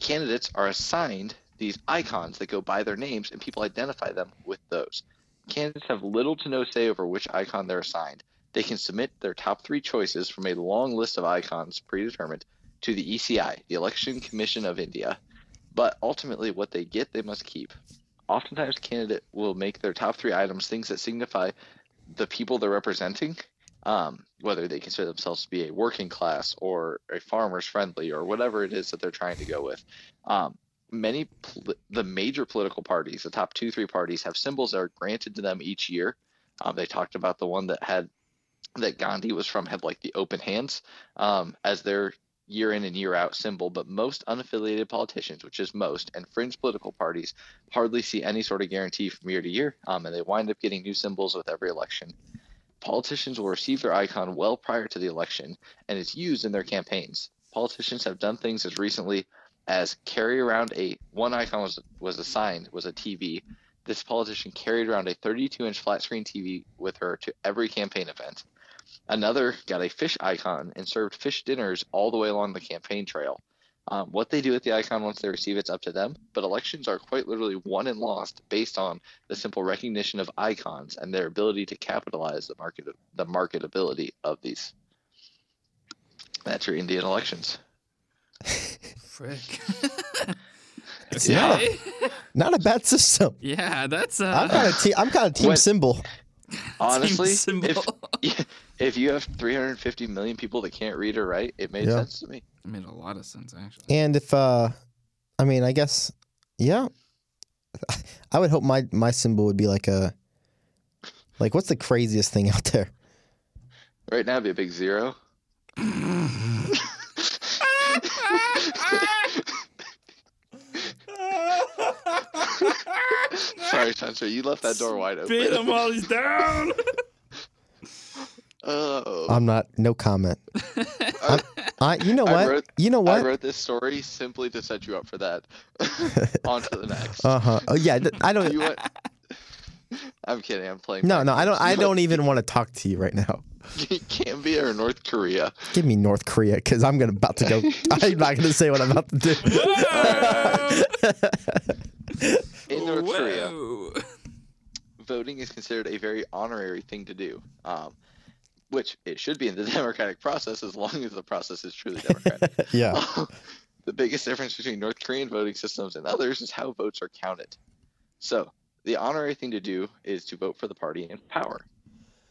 Speaker 3: candidates are assigned these icons that go by their names, and people identify them with those. Candidates have little to no say over which icon they're assigned. They can submit their top three choices from a long list of icons predetermined to the ECI, the Election Commission of India. But ultimately, what they get, they must keep. Oftentimes, candidate will make their top three items things that signify the people they're representing, um, whether they consider themselves to be a working class or a farmer's friendly or whatever it is that they're trying to go with. Um, many pol- the major political parties, the top two three parties, have symbols that are granted to them each year. Um, they talked about the one that had that Gandhi was from had like the open hands um, as their year in and year out symbol, but most unaffiliated politicians, which is most, and fringe political parties hardly see any sort of guarantee from year to year, um, and they wind up getting new symbols with every election. Politicians will receive their icon well prior to the election, and it's used in their campaigns. Politicians have done things as recently as carry around a one icon was was assigned was a TV. This politician carried around a 32-inch flat-screen TV with her to every campaign event. Another got a fish icon and served fish dinners all the way along the campaign trail. Um, what they do with the icon once they receive it's up to them, but elections are quite literally won and lost based on the simple recognition of icons and their ability to capitalize the market the marketability of these. That's your Indian elections.
Speaker 2: Frick.
Speaker 1: Yeah. Not a bad system.
Speaker 2: (laughs) yeah, that's
Speaker 1: I'm
Speaker 2: uh, (laughs)
Speaker 1: kind of te- I'm kind of team
Speaker 3: What-
Speaker 1: symbol.
Speaker 3: Honestly,
Speaker 2: symbol.
Speaker 3: (laughs) if if you have 350 million people that can't read or write, it made
Speaker 1: Yeah.
Speaker 3: sense to me.
Speaker 2: made a lot of sense actually.
Speaker 1: And if uh, I mean, I guess, yeah. (laughs) I would hope my my symbol would be like a, like what's the craziest thing out there?
Speaker 3: Right now, it'd be a big zero. (laughs) Sorry, Spencer, you left that door wide
Speaker 2: (laughs) Beat
Speaker 3: open.
Speaker 2: him while he's down.
Speaker 3: Oh.
Speaker 1: I'm not. No comment. I'm- I, you know
Speaker 3: I
Speaker 1: what?
Speaker 3: wrote-
Speaker 1: you know
Speaker 3: I
Speaker 1: what?
Speaker 3: wrote this story simply to set you up for
Speaker 1: (laughs)
Speaker 3: that. On to the next.
Speaker 1: Uh huh. Oh, yeah. th- I
Speaker 3: you
Speaker 1: don't.
Speaker 3: want... (laughs) I'm kidding. I'm
Speaker 1: (laughs)
Speaker 3: playing.
Speaker 1: No, no. I don't. I don't even want to talk to you right now.
Speaker 3: (laughs) Cambia or North Korea.
Speaker 1: Give me North Korea because I'm gonna about to
Speaker 3: (laughs)
Speaker 1: go. I'm not gonna say what I'm about to do. (laughs)
Speaker 3: In North Korea,
Speaker 2: Whoa.
Speaker 3: voting is considered a very honorary thing to do, um, which it should be in the (laughs) democratic process as long as the process is truly democratic.
Speaker 1: yeah.
Speaker 3: (laughs) the biggest difference between North Korean voting systems and others is how votes are counted. So, the honorary thing to do is to vote for the party in power.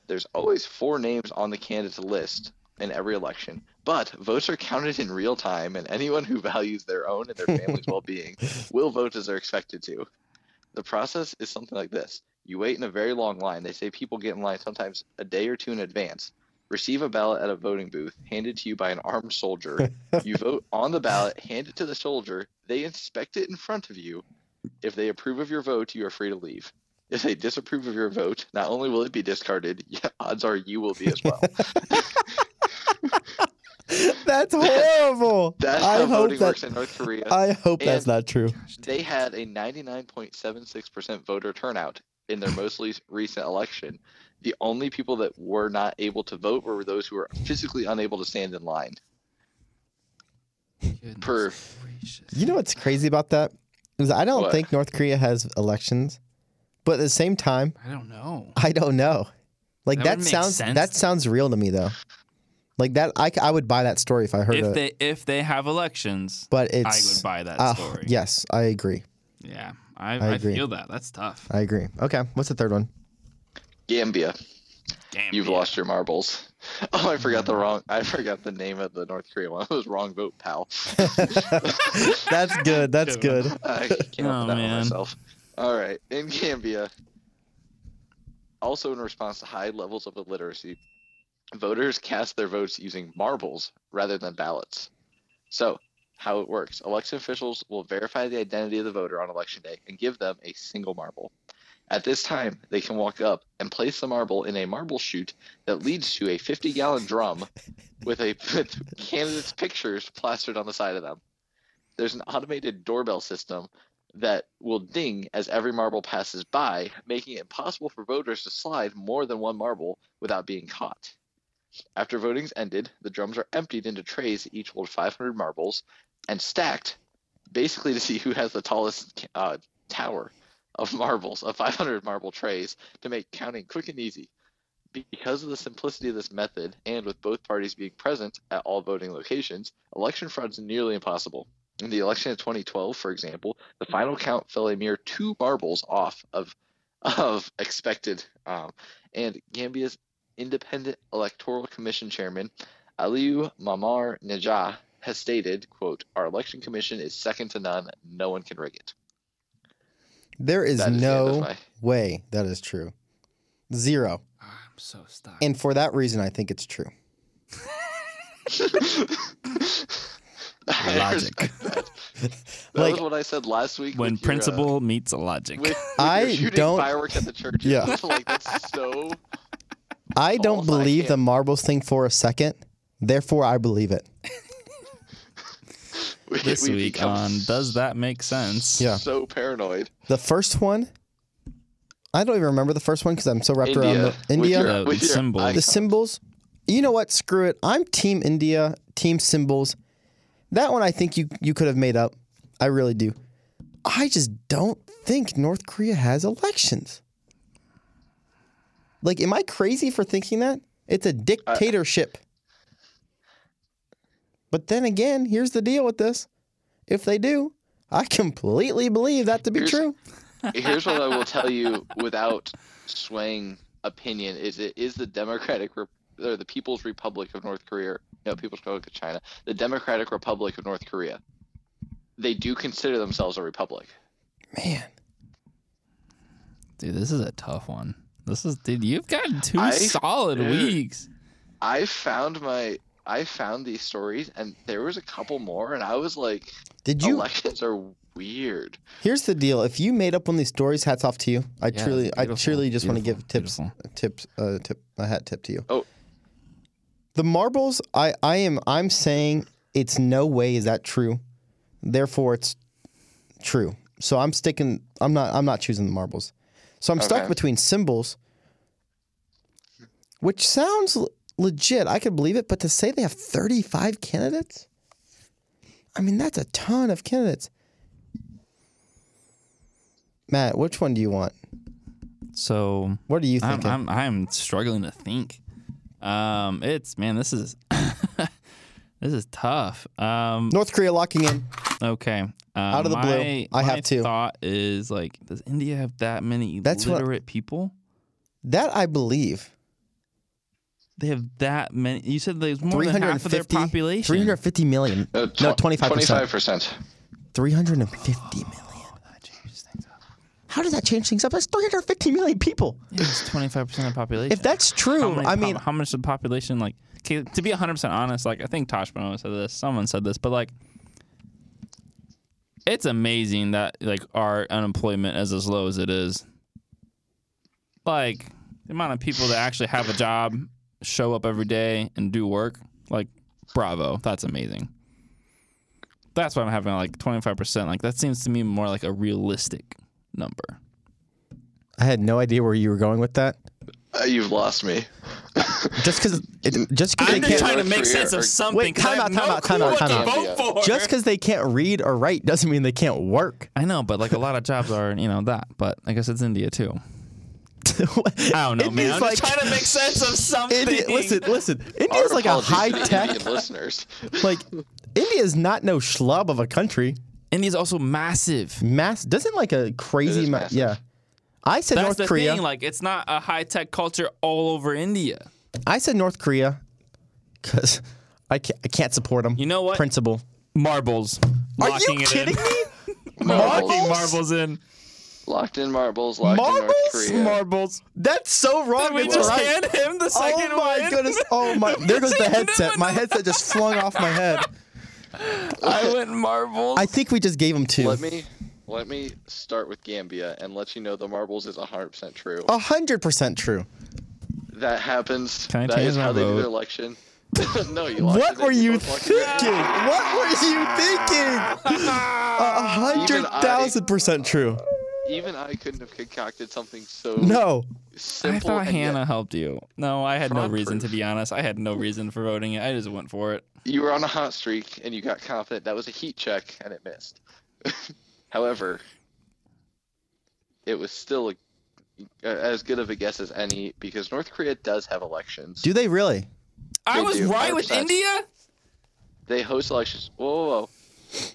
Speaker 3: There's always four names on the candidate list in every election, but votes are counted in real time, and anyone who values their own and their family's well being will vote as they're expected to. The process is something like this you wait in a very long line. They say people get in line sometimes a day or two in advance. Receive a ballot at a voting booth handed to you by an armed soldier. You vote on the ballot, hand it to the soldier. They inspect it in front of you. If they approve of your vote, you are free to leave. If they disapprove of your vote, not only will it be discarded, (laughs) yeah, odds are you will be as
Speaker 1: (laughs)
Speaker 3: well.
Speaker 1: That's
Speaker 3: (laughs)
Speaker 1: horrible.
Speaker 3: That's
Speaker 1: I
Speaker 3: how
Speaker 1: hope
Speaker 3: voting works
Speaker 1: that
Speaker 3: in North Korea.
Speaker 1: I hope that's
Speaker 3: And-
Speaker 1: not true.
Speaker 3: They had a 99.76% voter turnout in their most le- recent election. The only people that were not able to vote were those who were physically unable to stand in line. Per
Speaker 1: You know what's crazy about that? Is I don't
Speaker 3: What?
Speaker 1: think North Korea has elections. But at the same time,
Speaker 2: I don't know.
Speaker 1: I don't know. Like
Speaker 2: That
Speaker 1: that,
Speaker 2: would make
Speaker 1: sounds
Speaker 2: sense.
Speaker 1: that sounds real to me though. Like that I, c- I would buy that story if I heard
Speaker 2: If
Speaker 1: it.
Speaker 2: they if they have elections,
Speaker 1: but
Speaker 2: I
Speaker 1: it's
Speaker 2: would buy that
Speaker 1: uh,
Speaker 2: story.
Speaker 1: yes, I agree.
Speaker 2: yeah. I,
Speaker 1: I
Speaker 2: I,
Speaker 1: agree.
Speaker 2: feel that. That's tough.
Speaker 1: I agree. Okay, what's the third
Speaker 3: (laughs)
Speaker 1: one?
Speaker 3: Gambia,
Speaker 2: Damn.
Speaker 3: you've
Speaker 2: yeah.
Speaker 3: lost your marbles. (laughs) Oh, I forgot the wrong. I forgot the name of the North Korea one. (laughs) It was wrong vote, pal.
Speaker 1: That's good. That's
Speaker 2: Good
Speaker 1: good.
Speaker 3: I came
Speaker 2: Oh,
Speaker 3: up with that
Speaker 2: man.
Speaker 3: one myself. All right, in Gambia, also in response to high levels of illiteracy, voters cast their votes using marbles rather than ballots. So, how it works election officials will verify the identity of the voter on election day and give them a single marble. At this time, they can walk up and place the marble in a marble chute that leads to a 50 gallon drum with a with candidates' pictures plastered on the side of them. There's an automated doorbell system that will ding as every marble passes by, making it impossible for voters to slide more than one marble without being caught. After voting's ended, the drums are emptied into trays that each hold 500 marbles and stacked, basically to see who has the tallest uh, tower of marbles, of 500 marble trays, to make counting quick and easy. Because of the simplicity of this method, and with both parties being present at all voting locations, election fraud is nearly impossible. In the election of 2012, for example, the final count fell a mere two marbles off of (laughs) of expected. Um, and Gambia's independent electoral commission chairman, Aliou Mamar Najah, has stated, "quote Our election commission is second to none. No one can rig it."
Speaker 1: There is
Speaker 3: That is the end of
Speaker 1: no
Speaker 2: (laughs)
Speaker 3: my-
Speaker 1: way that is true. Zero.
Speaker 2: Ah, I'm so stuck.
Speaker 1: And for that reason, I think it's
Speaker 3: (laughs)
Speaker 1: true.
Speaker 3: I
Speaker 2: Logic.
Speaker 3: respect that. That
Speaker 1: Like-
Speaker 3: was what I said last week.
Speaker 2: when
Speaker 3: with your, uh,
Speaker 2: principle meets logic.
Speaker 3: with, with
Speaker 1: I
Speaker 3: your shooting
Speaker 1: don't-
Speaker 3: fireworks at the church.
Speaker 1: Yeah.
Speaker 3: (laughs) like that's so.
Speaker 1: I don't
Speaker 3: Oh, I
Speaker 1: believe the
Speaker 3: can't.
Speaker 1: marbles thing for a second. Therefore, I believe it.
Speaker 2: (laughs)
Speaker 3: We, (laughs)
Speaker 2: this
Speaker 3: we
Speaker 2: week
Speaker 3: become
Speaker 2: on Does That Make
Speaker 1: (laughs)
Speaker 2: Sense?
Speaker 1: Yeah.
Speaker 3: so paranoid.
Speaker 1: The first one, I don't even remember the first one because I'm so wrapped around
Speaker 3: India.
Speaker 1: the, um, India.
Speaker 2: your- The symbols.
Speaker 1: the symbols. You know what? Screw it. I'm Team India. Team symbols. That one I think you you could have made up. I really do. I just don't think North Korea has elections. Like, am I crazy for thinking that? It's a dictatorship. but then again, here's the deal with this. If they do, I completely believe that to be
Speaker 3: Here's-
Speaker 1: true.
Speaker 3: Here's what I will tell you without swaying opinion is it is the Democratic Re- or the People's Republic of North Korea. No, People's Republic of China. The Democratic Republic of North Korea. They do consider themselves a republic.
Speaker 1: Man.
Speaker 2: Dude, this is a tough one. This is dude, you've gotten two
Speaker 3: I-
Speaker 2: solid
Speaker 3: dude.
Speaker 2: weeks.
Speaker 3: I found my I found these stories and there was a couple more and I was like
Speaker 1: Did you
Speaker 3: elections are weird.
Speaker 1: Here's the deal. If you made up one of these stories, hats off to you. I
Speaker 2: Yeah,
Speaker 1: truly, I
Speaker 2: beautiful,
Speaker 1: truly just want to
Speaker 2: beautiful,
Speaker 1: give tips, tips, uh, tip, a hat tip to you.
Speaker 3: Oh.
Speaker 1: the marbles. I, I am, I'm saying it's no way is that true. Therefore, it's true. So I'm sticking. I'm not. I'm not choosing the marbles. So I'm stuck
Speaker 3: Okay.
Speaker 1: between symbols, which sounds l- legit. I could believe it, but to say they have 35 candidates, I mean that's a ton of candidates. Matt, which one do you want?
Speaker 2: So
Speaker 1: What are you
Speaker 2: I'm,
Speaker 1: thinking?
Speaker 2: I'm I'm struggling to think. Um, it's man, this is (laughs) this is tough. Um,
Speaker 1: North Korea locking in.
Speaker 2: okay. Um,
Speaker 1: Out of the blue,
Speaker 2: my-
Speaker 1: I have
Speaker 2: my
Speaker 1: two.
Speaker 2: Thought is like, does India have that many
Speaker 1: That's what-
Speaker 2: literate people?
Speaker 1: That I believe.
Speaker 2: They have that many. You said there's more than half of their
Speaker 1: 350
Speaker 2: population.
Speaker 1: 350 million.
Speaker 3: Uh,
Speaker 1: no,
Speaker 3: tw-
Speaker 1: 25%.
Speaker 3: 25%.
Speaker 1: 350 million.
Speaker 2: Ah, That changes things up.
Speaker 1: How does that change things up? That's 315 million people.
Speaker 2: It's twenty five percent of the population.
Speaker 1: If that's
Speaker 2: How
Speaker 1: true,
Speaker 2: many
Speaker 1: I
Speaker 2: pop-
Speaker 1: mean,
Speaker 2: how much of the population? Like, 'kay, to be hundred percent honest, like I think Tosh Bono said this. Someone said this, but like, it's amazing that like our unemployment is as low as it is. Like the amount of people that actually have a job, show up every day and do work. Like, bravo, that's amazing. That's why I'm having like twenty five percent. Like that seems to me more like a realistic number.
Speaker 1: I had no idea where you were going with that.
Speaker 3: Uh, you've lost me.
Speaker 1: Just because,
Speaker 2: (laughs)
Speaker 1: just because they
Speaker 2: I'm
Speaker 3: just
Speaker 1: can't,
Speaker 2: trying to
Speaker 3: work
Speaker 2: make
Speaker 3: for
Speaker 2: sense
Speaker 3: your-
Speaker 2: of
Speaker 3: or-
Speaker 2: something.
Speaker 1: Wait,
Speaker 2: 'cause I
Speaker 1: time
Speaker 2: have
Speaker 1: out, time
Speaker 2: no
Speaker 1: out, time
Speaker 2: clue
Speaker 1: out,
Speaker 2: what
Speaker 1: time
Speaker 2: to
Speaker 1: out.
Speaker 2: vote for.
Speaker 1: just because they can't read or write doesn't mean they can't work. (laughs)
Speaker 2: I know, but like a lot of jobs are, you know, that. But I guess it's India too. I don't know,
Speaker 1: It
Speaker 2: man.
Speaker 1: means
Speaker 2: I'm
Speaker 1: like-
Speaker 2: just trying to make sense of something.
Speaker 1: India, listen, listen. India
Speaker 3: Our
Speaker 1: is like a
Speaker 3: apologies to the
Speaker 1: high tech,
Speaker 3: Indian listeners.
Speaker 1: like India is not no schlub of a country.
Speaker 2: India's also massive.
Speaker 1: Mass doesn't like a
Speaker 3: It
Speaker 1: crazy,
Speaker 3: is
Speaker 1: ma-
Speaker 3: massive.
Speaker 1: yeah. I said
Speaker 2: That's the
Speaker 1: North Korea.
Speaker 2: thing. Like, it's not a high tech culture all over India.
Speaker 1: I said North Korea because I can't, I can't support them.
Speaker 2: You know what?
Speaker 1: Principle.
Speaker 2: Marbles.
Speaker 1: Are you
Speaker 2: Locking it
Speaker 1: kidding
Speaker 2: in.
Speaker 1: me?
Speaker 2: (laughs) Locking
Speaker 1: Marbles?
Speaker 2: marbles in.
Speaker 3: Locked in marbles, locked
Speaker 1: Marbles?
Speaker 3: in North Korea.
Speaker 2: Marbles.
Speaker 1: That's so wrong.
Speaker 2: Did we
Speaker 1: it's
Speaker 2: just
Speaker 1: right.
Speaker 2: hand him the second
Speaker 1: Oh my
Speaker 2: one?
Speaker 1: goodness! Oh my! There goes the headset. My headset just flung off my head.
Speaker 2: (laughs) I went marbles.
Speaker 1: I think we just gave him two.
Speaker 3: let me let me start with Gambia and let you know the marbles is 100% true.
Speaker 1: A hundred percent true.
Speaker 3: That happens.
Speaker 2: Can I
Speaker 3: That
Speaker 2: change
Speaker 3: is
Speaker 2: my
Speaker 3: how they do
Speaker 2: vote?
Speaker 3: the election. (laughs) no, you locked
Speaker 1: What
Speaker 3: it in.
Speaker 1: were you
Speaker 3: both locked it in.
Speaker 1: thinking? What were you thinking? A hundred
Speaker 3: Even I-
Speaker 1: thousand percent true.
Speaker 3: Even I couldn't have concocted something so
Speaker 1: No,
Speaker 2: I
Speaker 3: simple.
Speaker 2: thought
Speaker 3: and yet-
Speaker 2: Hannah helped you. No, I had no
Speaker 3: Fraud
Speaker 2: reason
Speaker 3: proof.
Speaker 2: to be honest. I had no reason for voting it. I just went for it.
Speaker 3: you were on a hot streak and you got confident. That was a heat check and it missed. (laughs) However, it was still a, as good of a guess as any because North Korea does have elections.
Speaker 1: do they really?
Speaker 2: I
Speaker 3: They
Speaker 2: was
Speaker 3: do,
Speaker 2: right with
Speaker 3: 100%.
Speaker 2: India.
Speaker 3: They host elections. Whoa, whoa, whoa.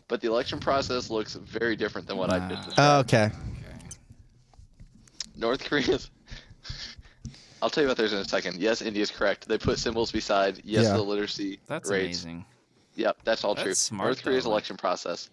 Speaker 3: But the election process looks very different than what I did.
Speaker 1: Oh, okay.
Speaker 3: North Korea's. (laughs) I'll tell you about theirs in a second. Yes, India's correct. They put symbols beside yes
Speaker 1: Yeah.
Speaker 3: to the literacy
Speaker 2: That's
Speaker 3: rates.
Speaker 2: amazing.
Speaker 3: Yep, that's all true.
Speaker 2: That's smart,
Speaker 3: North Korea's
Speaker 2: though.
Speaker 3: election process.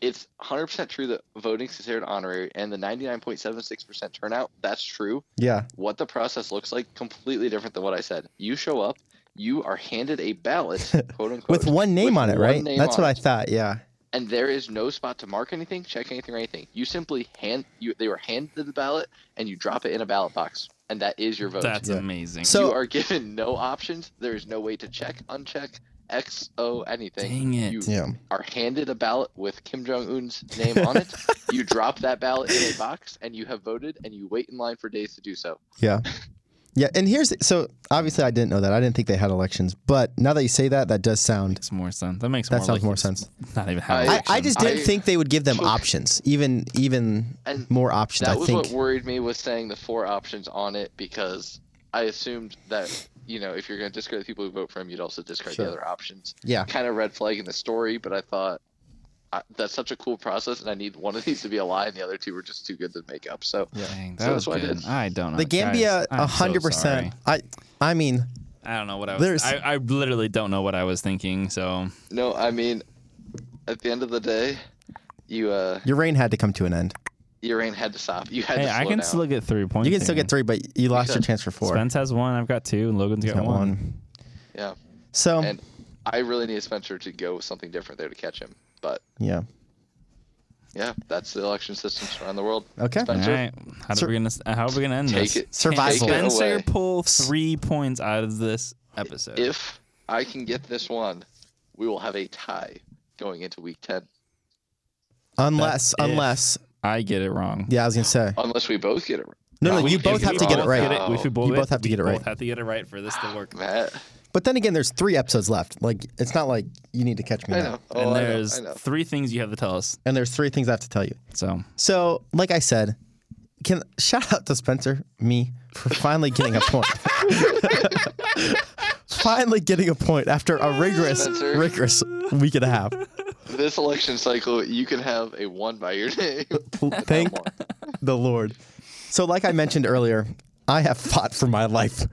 Speaker 3: It's 100% true that voting's considered honorary, and the 99.76% turnout, that's true.
Speaker 1: Yeah.
Speaker 3: What the process looks like, completely different than what I said. You show up, you are handed
Speaker 1: (laughs)
Speaker 3: a ballot, quote unquote,
Speaker 1: With one name
Speaker 3: with
Speaker 1: on it,
Speaker 3: one
Speaker 1: right?
Speaker 3: name
Speaker 1: That's
Speaker 3: on
Speaker 1: what I
Speaker 3: it
Speaker 1: thought. Yeah.
Speaker 3: and there is no spot to mark anything, check anything, or anything. You simply hand you they were handed the ballot and you drop it in a ballot box, and that is your vote.
Speaker 2: That's
Speaker 1: Yeah.
Speaker 2: amazing.
Speaker 1: So-
Speaker 3: you are given no options. There is no way to check, uncheck, X O anything.
Speaker 2: Dang it.
Speaker 3: You
Speaker 1: Yeah.
Speaker 3: are handed a ballot with Kim Jong Un's name
Speaker 2: (laughs)
Speaker 3: on it. you drop that ballot in a box, and you have voted, and you wait in line for days to do so.
Speaker 1: Yeah. Yeah. And here's so obviously I didn't know that. I didn't think they had elections. But now that you say that, that does sound.
Speaker 2: makes more sense. That makes
Speaker 1: That
Speaker 2: more
Speaker 1: sounds
Speaker 2: like
Speaker 1: more
Speaker 2: it's
Speaker 1: sense.
Speaker 2: Not even have
Speaker 3: I-
Speaker 1: I,
Speaker 2: elections.
Speaker 1: I just didn't
Speaker 3: I-
Speaker 1: think they would give them options, even even
Speaker 3: And
Speaker 1: more options.
Speaker 3: That
Speaker 1: I
Speaker 3: was
Speaker 1: think.
Speaker 3: what worried me was saying the four options on it because I assumed that you know if you're going to discard the people who vote for him, you'd also discard
Speaker 1: Sure.
Speaker 3: the other options.
Speaker 1: Yeah.
Speaker 3: Kind of red flag in the story, but I thought I, that's such a cool process, and I need one of these to be a lie, and the other two were just too good to make up. So
Speaker 2: Dang,
Speaker 3: So
Speaker 2: that was
Speaker 3: that's what I
Speaker 2: good.
Speaker 3: did.
Speaker 2: I, don't know.
Speaker 1: The Gambia,
Speaker 2: a
Speaker 1: hundred percent. I I mean,
Speaker 2: I don't know what I
Speaker 1: There's-
Speaker 2: was. I, I literally don't know what I was thinking. So
Speaker 3: no, I mean, at the end of the day, you uh,
Speaker 1: your reign had to come to an end.
Speaker 3: your reign had to stop. You had
Speaker 2: hey,
Speaker 3: to slow
Speaker 2: I can
Speaker 3: down.
Speaker 2: still get three points.
Speaker 1: You can still get three, but you lost your
Speaker 3: could.
Speaker 1: chance for four.
Speaker 2: Spence has one. I've got two. And Logan's got,
Speaker 1: Got
Speaker 2: one.
Speaker 1: one.
Speaker 3: yeah,
Speaker 1: So
Speaker 3: and I really need Spencer to go with something different there to catch him, but.
Speaker 1: yeah.
Speaker 3: Yeah, that's the election systems around the world.
Speaker 1: Okay.
Speaker 2: All
Speaker 3: Spencer,
Speaker 2: right. How
Speaker 1: Sur-
Speaker 2: are we gonna? How are we gonna end
Speaker 3: Take
Speaker 2: this?
Speaker 3: it-
Speaker 2: Can
Speaker 1: Survival.
Speaker 3: Take it
Speaker 2: Spencer
Speaker 3: away.
Speaker 2: pull three points out of this episode.
Speaker 3: if I can get this one, we will have a tie going into week 10.
Speaker 1: Unless
Speaker 2: That's if.
Speaker 1: unless
Speaker 2: I get it wrong.
Speaker 1: yeah, I was gonna say.
Speaker 3: Unless we both get it right.
Speaker 1: No, no,
Speaker 2: We-
Speaker 1: you
Speaker 2: if
Speaker 1: both
Speaker 2: we
Speaker 1: have to get it
Speaker 2: both
Speaker 1: right.
Speaker 3: get it-
Speaker 2: if we both,
Speaker 1: You both have to
Speaker 2: we
Speaker 1: get it right.
Speaker 2: both have to get it right for this to work.
Speaker 3: Matt.
Speaker 1: But then again, there's three episodes left. Like it's not like you need to catch me
Speaker 3: I
Speaker 1: now.
Speaker 3: know. Oh,
Speaker 2: and
Speaker 3: I know,
Speaker 2: there's
Speaker 3: I know.
Speaker 2: three things you have to tell us.
Speaker 1: And there's three things I have to tell you.
Speaker 2: So
Speaker 1: So, like I said, can shout out to Spencer, me, for finally getting a point. (laughs) finally getting a point after a rigorous,
Speaker 3: Spencer.
Speaker 1: rigorous week and a
Speaker 3: (laughs)
Speaker 1: half.
Speaker 3: This election cycle, you can have a one by your (laughs) name.
Speaker 1: Thank the Lord. So, like I mentioned earlier, I have fought for my life.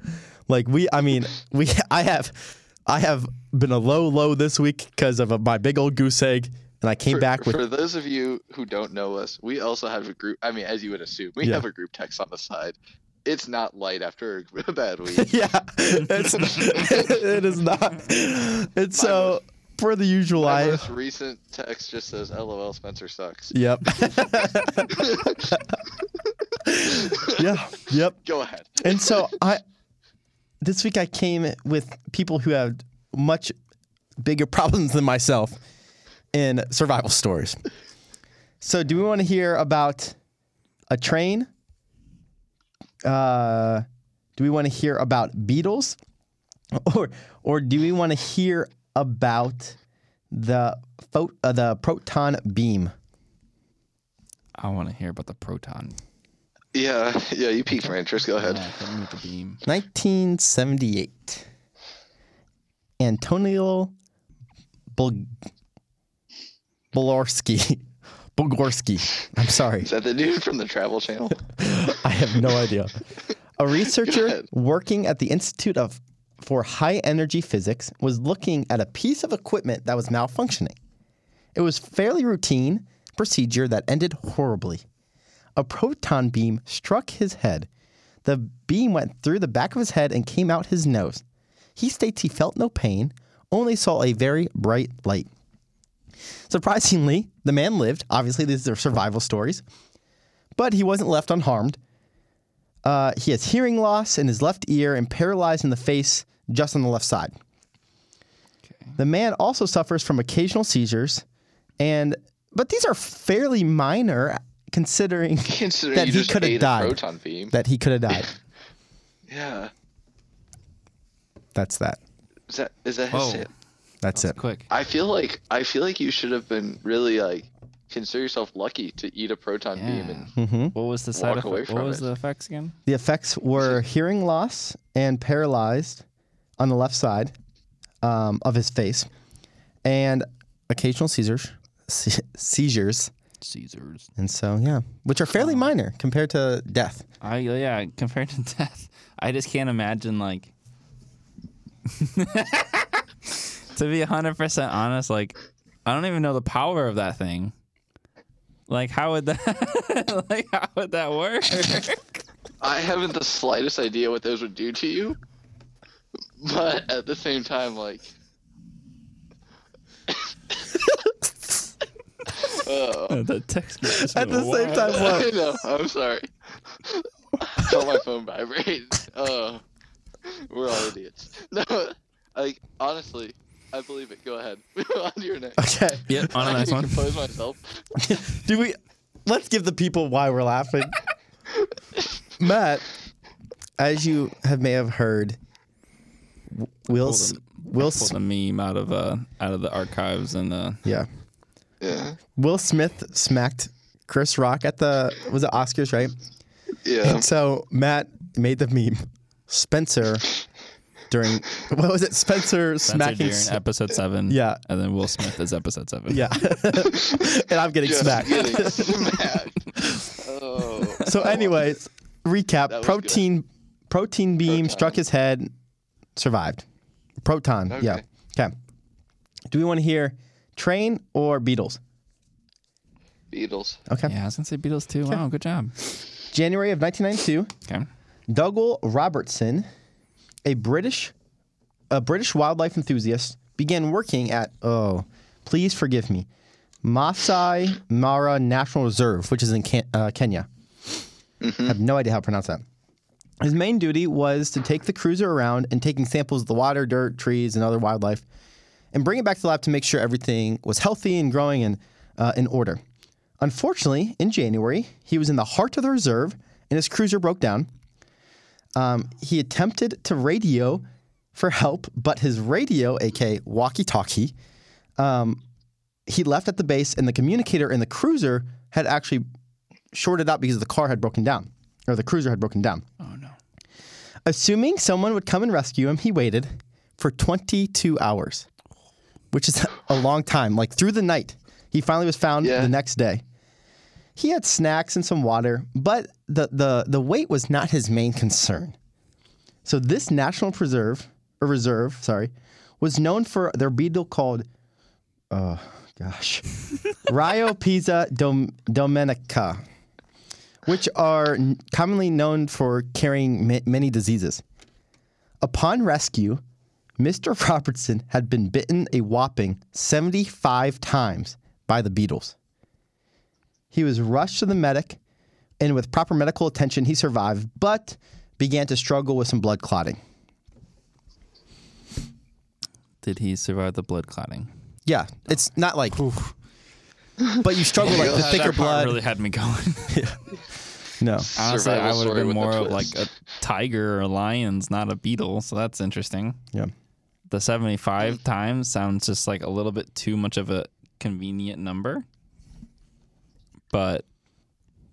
Speaker 1: Like we, I mean, we, I have, I have been a low low this week because of a, my big old goose egg and I came (laughs)
Speaker 3: for,
Speaker 1: back with
Speaker 3: for those of you who don't know us, we also have a group. I mean, as you would assume, we
Speaker 1: Yeah.
Speaker 3: have a group text on the side. It's not light after a (laughs) bad
Speaker 1: (laughs)
Speaker 3: week.
Speaker 1: yeah, it's, (laughs) it is not. It's so for the usual.
Speaker 3: My
Speaker 1: I
Speaker 3: most recent text just says "LOL, Spencer sucks."
Speaker 1: yep. yeah. Yep. (laughs)
Speaker 3: Go ahead.
Speaker 1: And so I this week I came with people who have much bigger (laughs) problems than myself in survival stories. So do we want to hear about a train? Uh, do we want to hear about beetles? (laughs) Or or do we want to hear about the pho- uh, the proton beam?
Speaker 2: I want to hear about the proton.
Speaker 3: Yeah, yeah, you piqued my interest. Go ahead.
Speaker 2: Yeah, hit me with the beam.
Speaker 1: 1978. Antonio Bul- Bulorski. (laughs) Bulgorski. I'm sorry.
Speaker 3: Is that the dude from the Travel Channel? (laughs)
Speaker 1: I have no idea. A researcher
Speaker 3: ahead.
Speaker 1: working at the Institute of for High Energy Physics was looking at a piece of equipment that was malfunctioning. It was fairly routine procedure that ended horribly. A proton beam struck his head. The beam went through the back of his head and came out his nose. He states he felt no pain, only saw a very bright light. Surprisingly, the man lived. Obviously, these are survival stories but he wasn't left unharmed. Uh, he has hearing loss in his left ear and paralyzed in the face just on the left side.
Speaker 2: Okay.
Speaker 1: The man also suffers from occasional seizures, and but these are fairly minor considering (laughs)
Speaker 3: Considering
Speaker 1: That
Speaker 3: you
Speaker 1: he
Speaker 3: just
Speaker 1: coulda
Speaker 3: ate
Speaker 1: died.
Speaker 3: a proton beam.
Speaker 1: that he could have died.
Speaker 3: yeah.
Speaker 1: That's that.
Speaker 3: Is that is that
Speaker 1: Oh.
Speaker 2: Whoa.
Speaker 3: his tip?
Speaker 1: That's it.
Speaker 2: Quick.
Speaker 3: I feel like I feel like you should have been really like consider yourself lucky to eat a proton beam and
Speaker 1: hmm
Speaker 2: What was the side
Speaker 3: Walk away
Speaker 2: effect? What
Speaker 3: from
Speaker 2: was
Speaker 3: it.
Speaker 2: the effects again?
Speaker 1: The effects were hearing loss and paralyzed on the left side um, of his face, and occasional seizures. Se- seizures.
Speaker 2: Caesars.
Speaker 1: And so, yeah, which are fairly minor compared to death.
Speaker 2: I yeah. Compared to (laughs) death, I just can't imagine like. (laughs) to be hundred percent honest, like I don't even know the power of that thing. Like how would that? (laughs) like how would that work?
Speaker 3: I haven't the slightest idea what those would do to you. But at the same time, like. (laughs) oh,
Speaker 2: (laughs) the text. message
Speaker 1: At the
Speaker 2: went
Speaker 1: same
Speaker 2: wild.
Speaker 1: time,
Speaker 3: I
Speaker 1: what?
Speaker 3: know. I'm sorry. (laughs) Felt my phone vibrate. Oh, we're all idiots. (laughs) No, like honestly, I believe it. Go ahead. (laughs) on to your
Speaker 1: (laughs)
Speaker 3: next.
Speaker 1: Okay.
Speaker 2: Yep. On to the (laughs) next
Speaker 3: I
Speaker 2: one.
Speaker 3: can compose myself.
Speaker 1: Do we? Let's give the people why we're laughing. Matt, as you have may have heard, W- Will S-
Speaker 2: Hold
Speaker 1: Will
Speaker 2: Pulled
Speaker 1: S-
Speaker 2: a meme out of uh out of the archives and uh
Speaker 1: yeah
Speaker 3: Yeah.
Speaker 1: Will Smith smacked Chris Rock at the was it Oscars right?
Speaker 3: Yeah.
Speaker 1: So Matt made the meme. Spencer during what was it? Spencer
Speaker 2: Spencer
Speaker 1: smacking.
Speaker 2: Deering,
Speaker 1: S-
Speaker 2: episode seven.
Speaker 1: Yeah.
Speaker 2: And then Will Smith is episode seven.
Speaker 1: yeah, (laughs) and I'm getting
Speaker 3: Just (laughs)
Speaker 1: smacked.
Speaker 3: getting smacked. (laughs) Oh.
Speaker 1: So, anyways, recap:
Speaker 3: was
Speaker 1: protein, protein beam
Speaker 3: Proton.
Speaker 1: struck his head, survived. Proton, yeah. Okay. Do we want to hear train or Beatles?
Speaker 3: Beatles.
Speaker 1: Okay.
Speaker 2: Yeah, I was gonna say Beatles too. Wow, good job.
Speaker 1: January of 1992,
Speaker 2: Okay.
Speaker 1: Dougal Robertson, a British, a British wildlife enthusiast, began working at oh, please forgive me, Maasai Mara National Reserve, which is in Ken- uh, Kenya. I have no idea how to pronounce that. His main duty was to take the cruiser around and taking samples of the water, dirt, trees, and other wildlife, and bring it back to the lab to make sure everything was healthy and growing and uh, in order. Unfortunately, in January, he was in the heart of the reserve and his cruiser broke down. Um, he attempted to radio for help, but his radio, aka walkie-talkie, um, he left at the base, and the communicator in the cruiser had actually shorted out because the car had broken down, or the cruiser had broken down.
Speaker 2: Oh no.
Speaker 1: Assuming someone would come and rescue him, he waited for 22 hours, which is (laughs) a long time, like through the night. He finally was found
Speaker 3: Yeah.
Speaker 1: the next day. He had snacks and some water, but the, the, the weight was not his main concern. So this national preserve or reserve, sorry, was known for their beetle called uh, gosh, Rio Pizza Dom- Domenica, which are n- commonly known for carrying ma- many diseases. Upon rescue, Mr. Robertson had been bitten a whopping 75 times by the beetles. He was rushed to the medic, and with proper medical attention, he survived, but began to struggle with some blood clotting.
Speaker 2: Did he survive the blood clotting?
Speaker 1: Yeah, it's not like. But you struggle like the
Speaker 3: Yeah, that
Speaker 1: thicker
Speaker 2: Part
Speaker 1: blood.
Speaker 2: really had me
Speaker 3: (laughs)
Speaker 2: going.
Speaker 1: no.
Speaker 2: Honestly,
Speaker 3: Survival
Speaker 2: I would have
Speaker 3: story
Speaker 2: been
Speaker 3: with a
Speaker 2: more of like
Speaker 3: twist.
Speaker 2: a tiger or lions, not a beetle. So that's interesting.
Speaker 1: Yeah.
Speaker 2: The
Speaker 3: Mm.
Speaker 2: 75 times sounds just like a little bit too much of a convenient number. But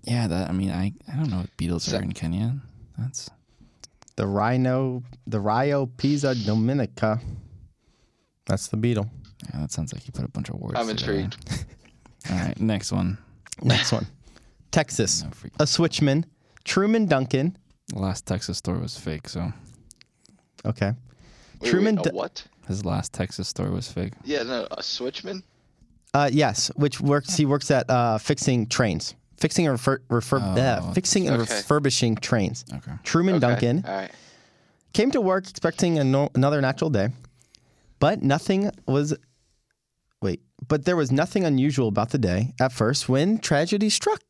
Speaker 2: yeah, that I mean, I, I don't know what beetles are in Kenya. That's
Speaker 1: The rhino, the Rio Pisa Dominica. That's the beetle.
Speaker 2: yeah, that sounds like you put a bunch of words.
Speaker 3: (laughs) I'm
Speaker 2: together.
Speaker 3: intrigued.
Speaker 2: All right, next one.
Speaker 1: Next
Speaker 2: (laughs)
Speaker 1: one, Texas.
Speaker 2: No freak.
Speaker 1: A switchman, Truman Duncan.
Speaker 2: The last Texas story was fake, so
Speaker 1: Okay.
Speaker 3: Wait,
Speaker 1: Truman
Speaker 3: wait,
Speaker 1: D-
Speaker 3: a what?
Speaker 2: his last Texas story was fake.
Speaker 3: Yeah, no, a switchman.
Speaker 1: Uh, yes, which works. He works at uh, fixing trains, fixing and refur- refur- uh, fixing and
Speaker 3: Okay.
Speaker 1: refurbishing trains.
Speaker 2: Oh, Okay.
Speaker 1: Truman
Speaker 3: Okay,
Speaker 1: Duncan
Speaker 3: All right.
Speaker 1: Came to work expecting a no- another natural day, but nothing was. Wait, but there was nothing unusual about the day at first when tragedy struck.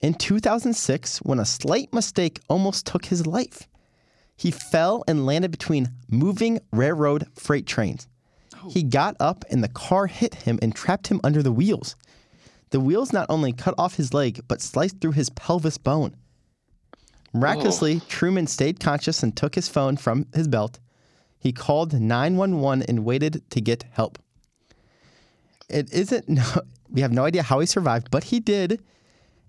Speaker 1: In 2006, when a slight mistake almost took his life, he fell and landed between moving railroad freight trains. He got up and the car hit him and trapped him under the wheels. The wheels not only cut off his leg, but sliced through his pelvis bone. Miraculously, Truman stayed conscious and took his phone from his belt. He called 911 and waited to get help. It isn't, (laughs) no, we have no idea how he survived, but he did.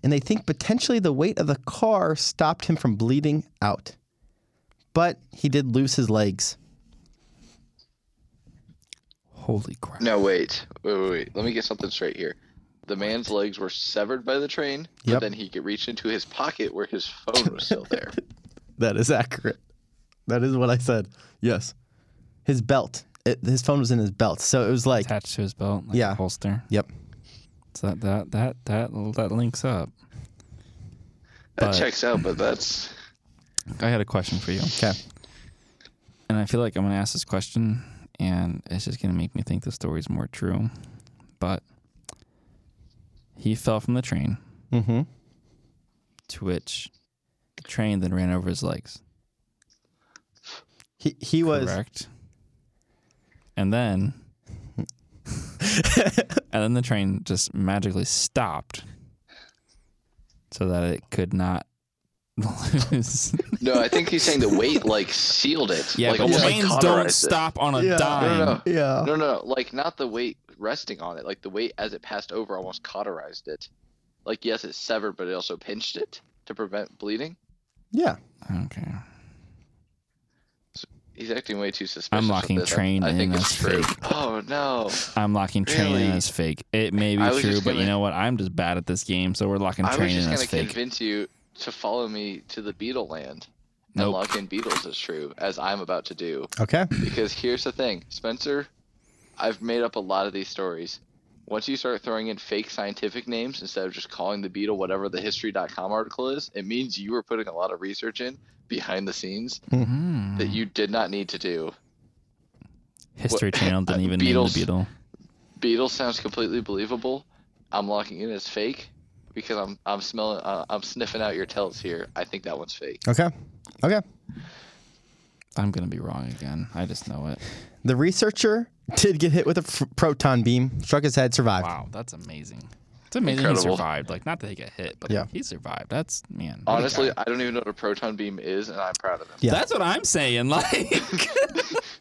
Speaker 1: And they think potentially the weight of the car stopped him from bleeding out. But he did lose his legs.
Speaker 2: Holy crap!
Speaker 3: No, wait. Wait, wait, wait. Let me get something straight here. The man's legs were severed by the train,
Speaker 1: Yep.
Speaker 3: but then he could reach into his pocket where his phone was still
Speaker 2: (laughs)
Speaker 3: there.
Speaker 1: That is accurate. That is what I said. Yes. His belt. It, his phone was in his belt. So it was like,
Speaker 2: Attached to his belt, like
Speaker 1: Yeah.
Speaker 2: a holster.
Speaker 1: yep.
Speaker 2: So that that that that that links up. But-
Speaker 3: That checks out, but that's
Speaker 2: I had a question for you,
Speaker 1: Okay.
Speaker 2: and I feel like I'm gonna ask this question, and it's just gonna make me think the story's more true. But he fell from the train,
Speaker 1: Mm hmm.
Speaker 2: to which the train then ran over his legs.
Speaker 1: He, he was.
Speaker 2: Correct. And
Speaker 1: (laughs)
Speaker 2: then, and then the train just magically stopped, so that it could not (laughs) lose.
Speaker 3: no. I think he's saying the weight like sealed it.
Speaker 2: yeah,
Speaker 3: like,
Speaker 2: but
Speaker 3: almost, like,
Speaker 2: trains don't
Speaker 3: cauterized it.
Speaker 2: stop on a
Speaker 1: Yeah.
Speaker 2: dime.
Speaker 3: No, no,
Speaker 1: Yeah.
Speaker 3: no, no, no. Like not the weight resting on it. Like the weight as it passed over almost cauterized it. Like yes, it severed, but it also pinched it to prevent bleeding.
Speaker 1: Yeah.
Speaker 2: Okay.
Speaker 3: He's acting way too suspicious.
Speaker 2: I'm
Speaker 3: of
Speaker 2: locking
Speaker 3: this. I-
Speaker 2: train
Speaker 3: I think
Speaker 2: in
Speaker 3: it's
Speaker 2: as
Speaker 3: true.
Speaker 2: fake.
Speaker 3: Oh no!
Speaker 2: I'm locking train in
Speaker 3: Really?
Speaker 2: as fake. It may be
Speaker 3: I was
Speaker 2: true,
Speaker 3: just
Speaker 2: but you
Speaker 3: gonna-
Speaker 2: know what? I'm just bad at this game, so we're locking
Speaker 3: I was
Speaker 2: train
Speaker 3: just
Speaker 2: in
Speaker 3: gonna
Speaker 2: as fake.
Speaker 3: convince you to follow me to the Beetle Land and
Speaker 2: Nope.
Speaker 3: lock in Beatles as true, as I'm about to do.
Speaker 1: Okay.
Speaker 3: Because here's the thing, Spencer, I've made up a lot of these stories. Once you start throwing in fake scientific names instead of just calling the beetle whatever the history.com article is, it means you were putting a lot of research in behind the scenes
Speaker 2: Mhm.
Speaker 3: that you did not need to do.
Speaker 2: History
Speaker 3: (laughs)
Speaker 2: Channel didn't
Speaker 3: uh,
Speaker 2: even
Speaker 3: Beatles-
Speaker 2: name the Beatle.
Speaker 3: Beetle sounds completely believable. I'm locking in as fake because I'm I'm smelling uh, I'm sniffing out your tells here. I think that one's fake.
Speaker 1: Okay. Okay.
Speaker 2: I'm gonna be wrong again. I just know it.
Speaker 1: The researcher (laughs) did get hit with a f- proton beam, struck his head, survived.
Speaker 2: Wow, that's amazing. It's amazing he
Speaker 3: Incredible.
Speaker 2: survived. Like not that he got hit, but
Speaker 1: Yeah.
Speaker 2: like, he survived. That's man. what a
Speaker 3: Honestly,
Speaker 2: guy.
Speaker 3: I don't even know what a proton beam is, and I'm proud of them.
Speaker 1: Yeah.
Speaker 2: that's what I'm saying. (laughs)
Speaker 3: (laughs)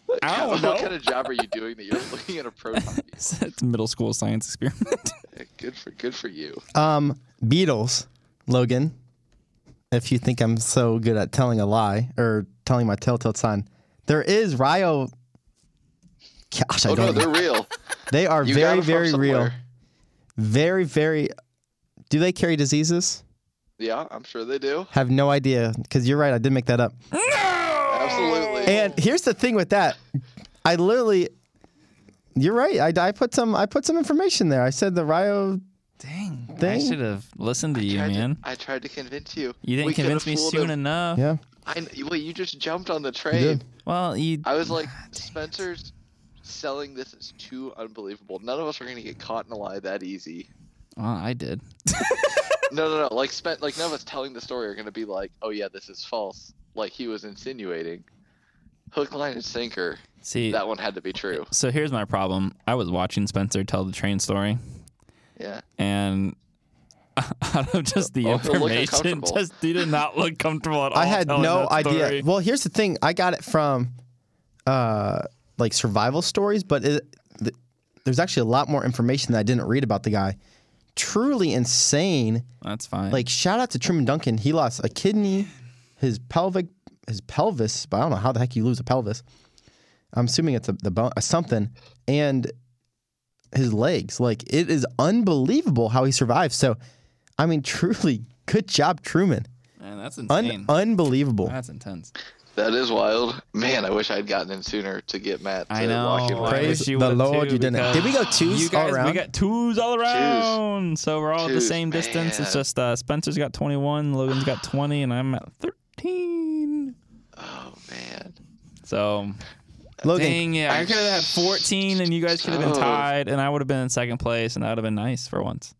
Speaker 2: Like I don't
Speaker 3: what
Speaker 2: know.
Speaker 3: kind of job are you doing that you're (laughs) looking at a proton beam?
Speaker 2: (laughs)
Speaker 1: (laughs)
Speaker 2: it's a middle school science experiment. (laughs)
Speaker 3: Good for good for you.
Speaker 1: Um, Beatles, Logan. If you think I'm so good at telling a lie or telling my telltale sign, there is Ryo. Gosh, I
Speaker 3: Oh no,
Speaker 1: don't.
Speaker 3: they're real.
Speaker 1: (laughs) they are
Speaker 3: You got
Speaker 1: very,
Speaker 3: 'em from
Speaker 1: very real.
Speaker 3: somewhere.
Speaker 1: Very, very. Do they carry diseases?
Speaker 3: Yeah, I'm sure they do.
Speaker 1: Have no idea because you're right. I did make that up.
Speaker 3: Absolutely.
Speaker 1: And here's the thing with that. I literally You're right. I, I put some I put some information there. I said the Rio.
Speaker 2: Dang. I
Speaker 1: Dang.
Speaker 2: should have listened to you,
Speaker 3: tried to-
Speaker 2: man.
Speaker 3: I tried to convince you.
Speaker 2: you didn't
Speaker 3: We coulda
Speaker 2: convince me
Speaker 3: fooled
Speaker 2: soon
Speaker 3: him.
Speaker 2: enough.
Speaker 1: Yeah.
Speaker 3: I kn- well, you just jumped on the train.
Speaker 2: Well, you.
Speaker 1: (laughs)
Speaker 3: I was like, Spencer's selling this is too unbelievable. None of us are gonna get caught in a lie that easy.
Speaker 2: Well, I did.
Speaker 3: No, no, no. Like, spent like none of us telling the story are gonna be like, oh yeah, this is false. Like he was insinuating. Hook, line, and sinker.
Speaker 2: See,
Speaker 3: That one had to be
Speaker 1: (laughs)
Speaker 3: true.
Speaker 2: so here's my problem. I was watching Spencer tell the train story,
Speaker 3: Yeah.
Speaker 2: and (laughs) out of just the
Speaker 3: Oh, it looked
Speaker 2: information,
Speaker 3: uncomfortable.
Speaker 2: just he did not look comfortable at all.
Speaker 1: I had
Speaker 2: telling
Speaker 1: no
Speaker 2: that story.
Speaker 1: idea. Well, here's the thing. I got it from uh, like survival stories, but it, th- there's actually a lot more information that I didn't read about the guy. Truly insane.
Speaker 2: That's fine.
Speaker 1: Like shout out to Truman Duncan. He lost a kidney, his pelvic, his pelvis. But I don't know how the heck you lose a pelvis. I'm assuming it's a, the bone, uh, something, and his legs. Like it is unbelievable how he survived. So, I mean, (laughs) truly, good job, Truman.
Speaker 2: man, that's
Speaker 1: Un-
Speaker 2: insane.
Speaker 1: unbelievable.
Speaker 2: that's intense.
Speaker 3: That is wild. Man, I wish I'd gotten in sooner to get Matt to
Speaker 2: I know.
Speaker 3: walk in.
Speaker 2: I
Speaker 3: line.
Speaker 1: Praise
Speaker 2: wish you
Speaker 1: the
Speaker 2: would've
Speaker 1: Lord
Speaker 2: too,
Speaker 1: you didn't.
Speaker 2: because
Speaker 1: Did we go twos
Speaker 2: you guys,
Speaker 1: all around?
Speaker 2: We got twos all around. So we're all at the
Speaker 3: Twos,
Speaker 2: same distance. It's
Speaker 3: man.
Speaker 2: just uh, Spencer's got 21, Logan's got 20, and I'm at 13.
Speaker 3: Oh man.
Speaker 2: So
Speaker 1: (laughs) Logan,
Speaker 2: dang it, I could have had 14, and you guys could have been
Speaker 3: Oh.
Speaker 2: tied, and I would have been in second place, and that would have been nice for once.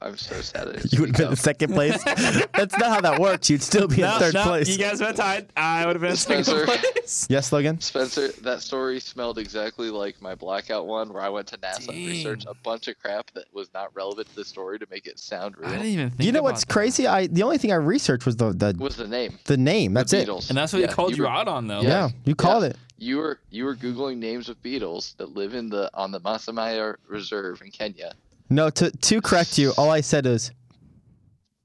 Speaker 3: I'm so sad. I
Speaker 1: (laughs)
Speaker 3: didn't
Speaker 1: you would have
Speaker 3: speak
Speaker 1: been in
Speaker 3: up.
Speaker 1: second
Speaker 2: (laughs)
Speaker 1: place. That's not how that works. You'd still be in third place.
Speaker 2: you guys would have tied. I would have been in second
Speaker 3: Spencer.
Speaker 2: place.
Speaker 1: yes, Logan.
Speaker 3: Spencer, that story smelled exactly like my blackout one where I went to NASA
Speaker 2: Dang.
Speaker 3: and researched a bunch of crap that was not relevant to the story to make it sound
Speaker 2: I didn't
Speaker 3: real.
Speaker 2: even think.
Speaker 1: You know
Speaker 2: about
Speaker 1: what's
Speaker 2: that.
Speaker 1: crazy? I the only thing I researched was the the,
Speaker 3: Was the name?
Speaker 1: the name. That's
Speaker 3: the
Speaker 1: it.
Speaker 3: Beatles.
Speaker 2: And that's what
Speaker 3: Yeah,
Speaker 2: he called you
Speaker 3: were-
Speaker 2: out on, though.
Speaker 1: Yeah, you called
Speaker 3: Yeah.
Speaker 1: it.
Speaker 3: You were you were googling names of beetles that live in the on the Masamaya Reserve in Kenya.
Speaker 1: No, to to correct you, all I said is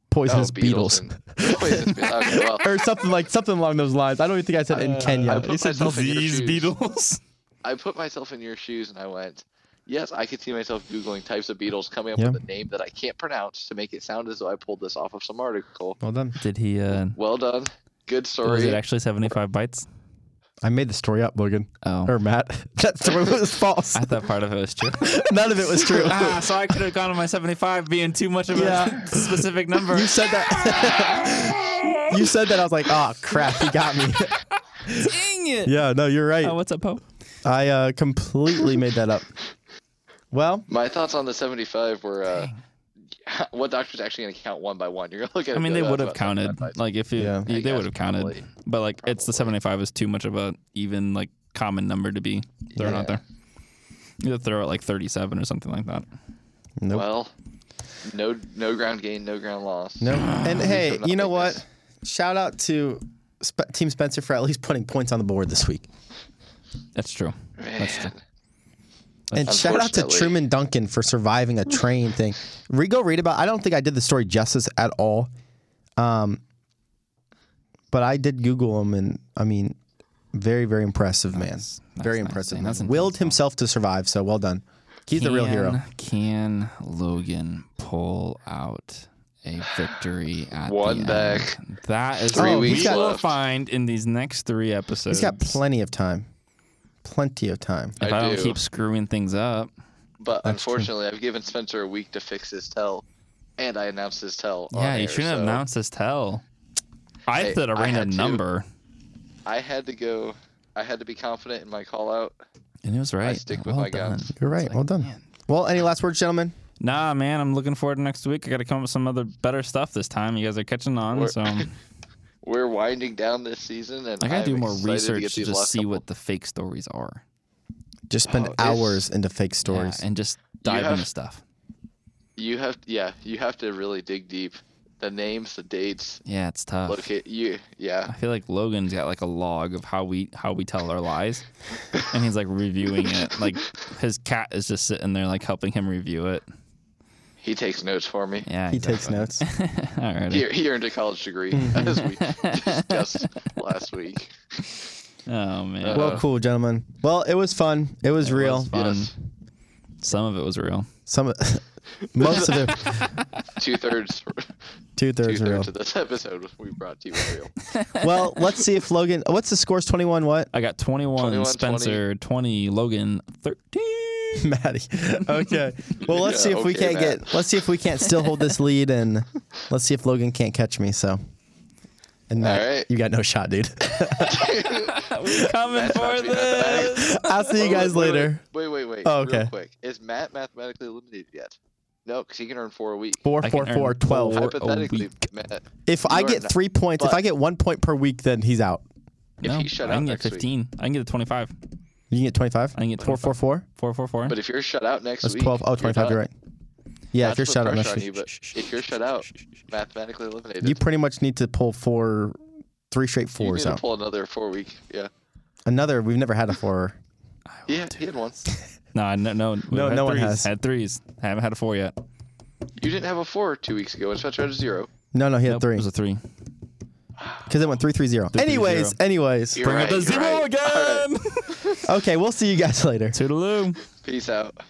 Speaker 1: poisonous beetles,
Speaker 3: Oh, and- poisonous beetles. Okay, well,
Speaker 1: (laughs) or something like something along those lines. I don't even think I said
Speaker 2: Uh,
Speaker 1: in Kenya.
Speaker 3: put
Speaker 2: He said
Speaker 3: myself in your
Speaker 2: disease
Speaker 3: shoes.
Speaker 2: beetles.
Speaker 3: I put myself in your shoes and I went, yes, I could see myself googling types of beetles, coming up
Speaker 1: Yeah.
Speaker 3: with a name that I can't pronounce to make it sound as though I pulled this off of some article.
Speaker 1: Well done.
Speaker 2: Did he? Uh,
Speaker 3: Well done. Good
Speaker 2: was
Speaker 3: story.
Speaker 2: it actually 75 bites?
Speaker 1: I made the story up, Logan
Speaker 2: Oh,
Speaker 1: or Matt. (laughs) That story was false.
Speaker 2: I thought part of it was true.
Speaker 1: (laughs) None of it was true.
Speaker 2: (laughs) ah, so I could have gone to my 75 being too much of
Speaker 1: Yeah.
Speaker 2: a specific number.
Speaker 1: You said that. (laughs) you said that. I was like, oh crap, he got me. (laughs)
Speaker 2: Dang it.
Speaker 1: yeah, no, you're right.
Speaker 2: Oh, what's up, Poe?
Speaker 1: I uh, completely made that up. Well,
Speaker 3: My thoughts on the 75 were uh, (laughs) what doctor's actually going to count one by one. You're going to look at
Speaker 2: I
Speaker 3: it
Speaker 2: mean,
Speaker 3: and be
Speaker 2: they
Speaker 3: like,
Speaker 2: would
Speaker 3: "Oh,
Speaker 2: have
Speaker 3: it's about
Speaker 2: counted.
Speaker 3: 75."
Speaker 2: Like, if you,
Speaker 1: Yeah.
Speaker 2: you-
Speaker 3: I
Speaker 2: they
Speaker 3: guess,
Speaker 2: would have counted.
Speaker 3: probably.
Speaker 2: But, like, it's the 75 is too much of a even, like, common number to be thrown out
Speaker 3: Yeah.
Speaker 2: there. You have to throw it like 37 or something like that.
Speaker 1: nope.
Speaker 3: Well, no no ground gain, no ground
Speaker 2: (sighs)
Speaker 3: loss.
Speaker 1: nope. And hey,
Speaker 3: not
Speaker 1: you know
Speaker 3: like
Speaker 1: what?
Speaker 3: this.
Speaker 1: Shout out to Sp- Team Spencer for at least putting points on the board this week.
Speaker 2: That's true. That's true.
Speaker 3: Man.
Speaker 1: And shout out to
Speaker 3: Unfortunately.
Speaker 1: Truman Duncan for surviving
Speaker 2: (sighs)
Speaker 1: a train thing. Re- Go read about. I don't think I did the story justice at all, um, but I did Google him, and I mean, very very impressive man. very
Speaker 2: nice,
Speaker 1: impressive.
Speaker 2: man.
Speaker 1: man.
Speaker 2: That's intense,
Speaker 1: Willed
Speaker 2: though. uh,
Speaker 1: himself to survive, so well done. He's the real hero.
Speaker 2: Can Logan pull out a victory at
Speaker 3: One
Speaker 2: the
Speaker 3: back.
Speaker 2: end? That is
Speaker 3: Three
Speaker 2: what
Speaker 1: weeks
Speaker 2: we will
Speaker 3: left.
Speaker 2: find in these next three episodes.
Speaker 1: He's got plenty of time. Plenty of time.
Speaker 2: if
Speaker 3: I
Speaker 2: I, don't
Speaker 3: do.
Speaker 2: keep screwing things up,
Speaker 3: But
Speaker 1: That's true.
Speaker 3: unfortunately, I've given Spencer a week to fix his tell, and I announced his tell. on
Speaker 2: yeah, you
Speaker 3: air,
Speaker 2: shouldn't
Speaker 3: so
Speaker 2: have announced this tell. I
Speaker 3: Hey,
Speaker 2: said a
Speaker 3: I had
Speaker 2: random
Speaker 3: to.
Speaker 2: number,
Speaker 3: I had to go. I had to be confident in my call out.
Speaker 2: and it was right.
Speaker 3: stick with
Speaker 2: Well
Speaker 3: my guns.
Speaker 2: done.
Speaker 1: You're right. well done.
Speaker 2: man.
Speaker 1: Well, any last words, gentlemen?
Speaker 2: Nah, man, I'm looking forward to next week. I got to come up with some other better stuff this time. You guys are catching on,
Speaker 3: We're- (laughs)
Speaker 2: so I
Speaker 3: We're winding down this season, and
Speaker 2: got
Speaker 3: I'm
Speaker 2: to do more
Speaker 3: excited to,
Speaker 2: research
Speaker 3: get
Speaker 2: to
Speaker 3: these
Speaker 2: just
Speaker 3: last
Speaker 2: see
Speaker 3: couple-
Speaker 2: what the fake stories are.
Speaker 1: Just spend
Speaker 3: Oh, it's-
Speaker 1: hours into fake
Speaker 2: Yeah,
Speaker 1: stories.
Speaker 2: and just dive
Speaker 3: have-
Speaker 2: into stuff.
Speaker 3: you have. Yeah, you have to really dig deep. The names, the dates,
Speaker 2: Yeah, it's tough.
Speaker 3: Look at you.
Speaker 2: I
Speaker 3: Yeah.
Speaker 2: feel like Logan's got like a log of how we how we tell our lies, and he's like reviewing it. Like his cat is just sitting there, like helping him review it.
Speaker 3: He takes notes for me.
Speaker 2: Yeah,
Speaker 1: he takes notes.
Speaker 2: (laughs) All right.
Speaker 3: He, he earned a college
Speaker 1: (laughs)
Speaker 3: degree, as we discussed last week.
Speaker 2: Oh man,
Speaker 3: Uh,
Speaker 1: well, cool, gentlemen. Well, it was fun. It was real.
Speaker 2: was fun.
Speaker 3: Yes.
Speaker 2: some of it was real.
Speaker 1: (laughs) Some, most of it,
Speaker 3: Two thirds.
Speaker 1: Two
Speaker 3: Two
Speaker 1: thirds in a row.
Speaker 3: (laughs) thirds of this episode was we brought to you
Speaker 2: (laughs)
Speaker 3: real.
Speaker 1: Well, let's see if Logan. What's the scores? Twenty one. What? (laughs)
Speaker 2: I got 21,
Speaker 3: 21,
Speaker 2: Spencer 20, Logan 13.
Speaker 3: (laughs)
Speaker 1: Maddie. Okay. Well, let's see
Speaker 3: Yeah,
Speaker 1: if we
Speaker 3: okay,
Speaker 1: can't
Speaker 3: Matt.
Speaker 1: get. Let's see if we can't still hold this lead, and let's see if Logan can't catch me. So. And Matt,
Speaker 3: right.
Speaker 1: you got no shot, dude. (laughs)
Speaker 2: We're coming for
Speaker 3: not me, that's
Speaker 2: this.
Speaker 1: I'll see you guys
Speaker 3: Wait, wait,
Speaker 1: later.
Speaker 3: Wait, wait, wait.
Speaker 1: Oh,
Speaker 3: Real
Speaker 1: okay.
Speaker 3: quick. Is Matt mathematically eliminated yet? No, because he can earn four a week.
Speaker 1: Four,
Speaker 2: I can
Speaker 1: four,
Speaker 2: earn
Speaker 1: four, twelve.
Speaker 2: four. a
Speaker 3: Hypothetically,
Speaker 2: week.
Speaker 3: Matt,
Speaker 1: If I
Speaker 3: You are
Speaker 1: get
Speaker 3: not-
Speaker 1: three points, if
Speaker 3: but-
Speaker 1: I get one point per week, then he's out.
Speaker 3: If
Speaker 2: no,
Speaker 3: he shut
Speaker 2: I
Speaker 3: out
Speaker 2: can get
Speaker 3: next week.
Speaker 2: 15. I can get a 25.
Speaker 1: You can get twenty five.
Speaker 2: I can get
Speaker 1: four, four, four.
Speaker 2: 444.
Speaker 3: but if you're shut out next
Speaker 1: That's
Speaker 3: week,
Speaker 1: twelve. Oh, 25, You're
Speaker 3: done.
Speaker 1: right. Yeah, if
Speaker 3: Not
Speaker 1: you're
Speaker 3: to put
Speaker 1: shut out
Speaker 3: pressure
Speaker 1: next
Speaker 3: on
Speaker 1: week.
Speaker 3: you, but if you're shut out, mathematically eliminated.
Speaker 1: You pretty much need to pull four, three straight
Speaker 3: You need
Speaker 1: fours
Speaker 3: to
Speaker 1: out.
Speaker 3: pull another four week. Yeah,
Speaker 1: Another, we've never had a four.
Speaker 3: yeah, he had one.
Speaker 2: No, I- no, no,
Speaker 1: No,
Speaker 2: had
Speaker 1: no one
Speaker 2: threes.
Speaker 1: has.
Speaker 2: Had threes. I haven't had a four yet.
Speaker 3: You didn't have a four two weeks ago, and Spencer had a zero.
Speaker 1: No, no, he had
Speaker 2: Nope,
Speaker 1: three
Speaker 2: It was a three.
Speaker 1: because it went three, three, zero.
Speaker 2: three,
Speaker 1: anyways,
Speaker 2: zero.
Speaker 1: anyways,
Speaker 3: You're
Speaker 2: Bring up
Speaker 3: right,
Speaker 2: the
Speaker 3: you're (laughs)
Speaker 2: zero
Speaker 3: right. All right.
Speaker 2: again.
Speaker 1: okay, we'll see you guys (laughs) later.
Speaker 2: Toodaloo.
Speaker 3: Peace out.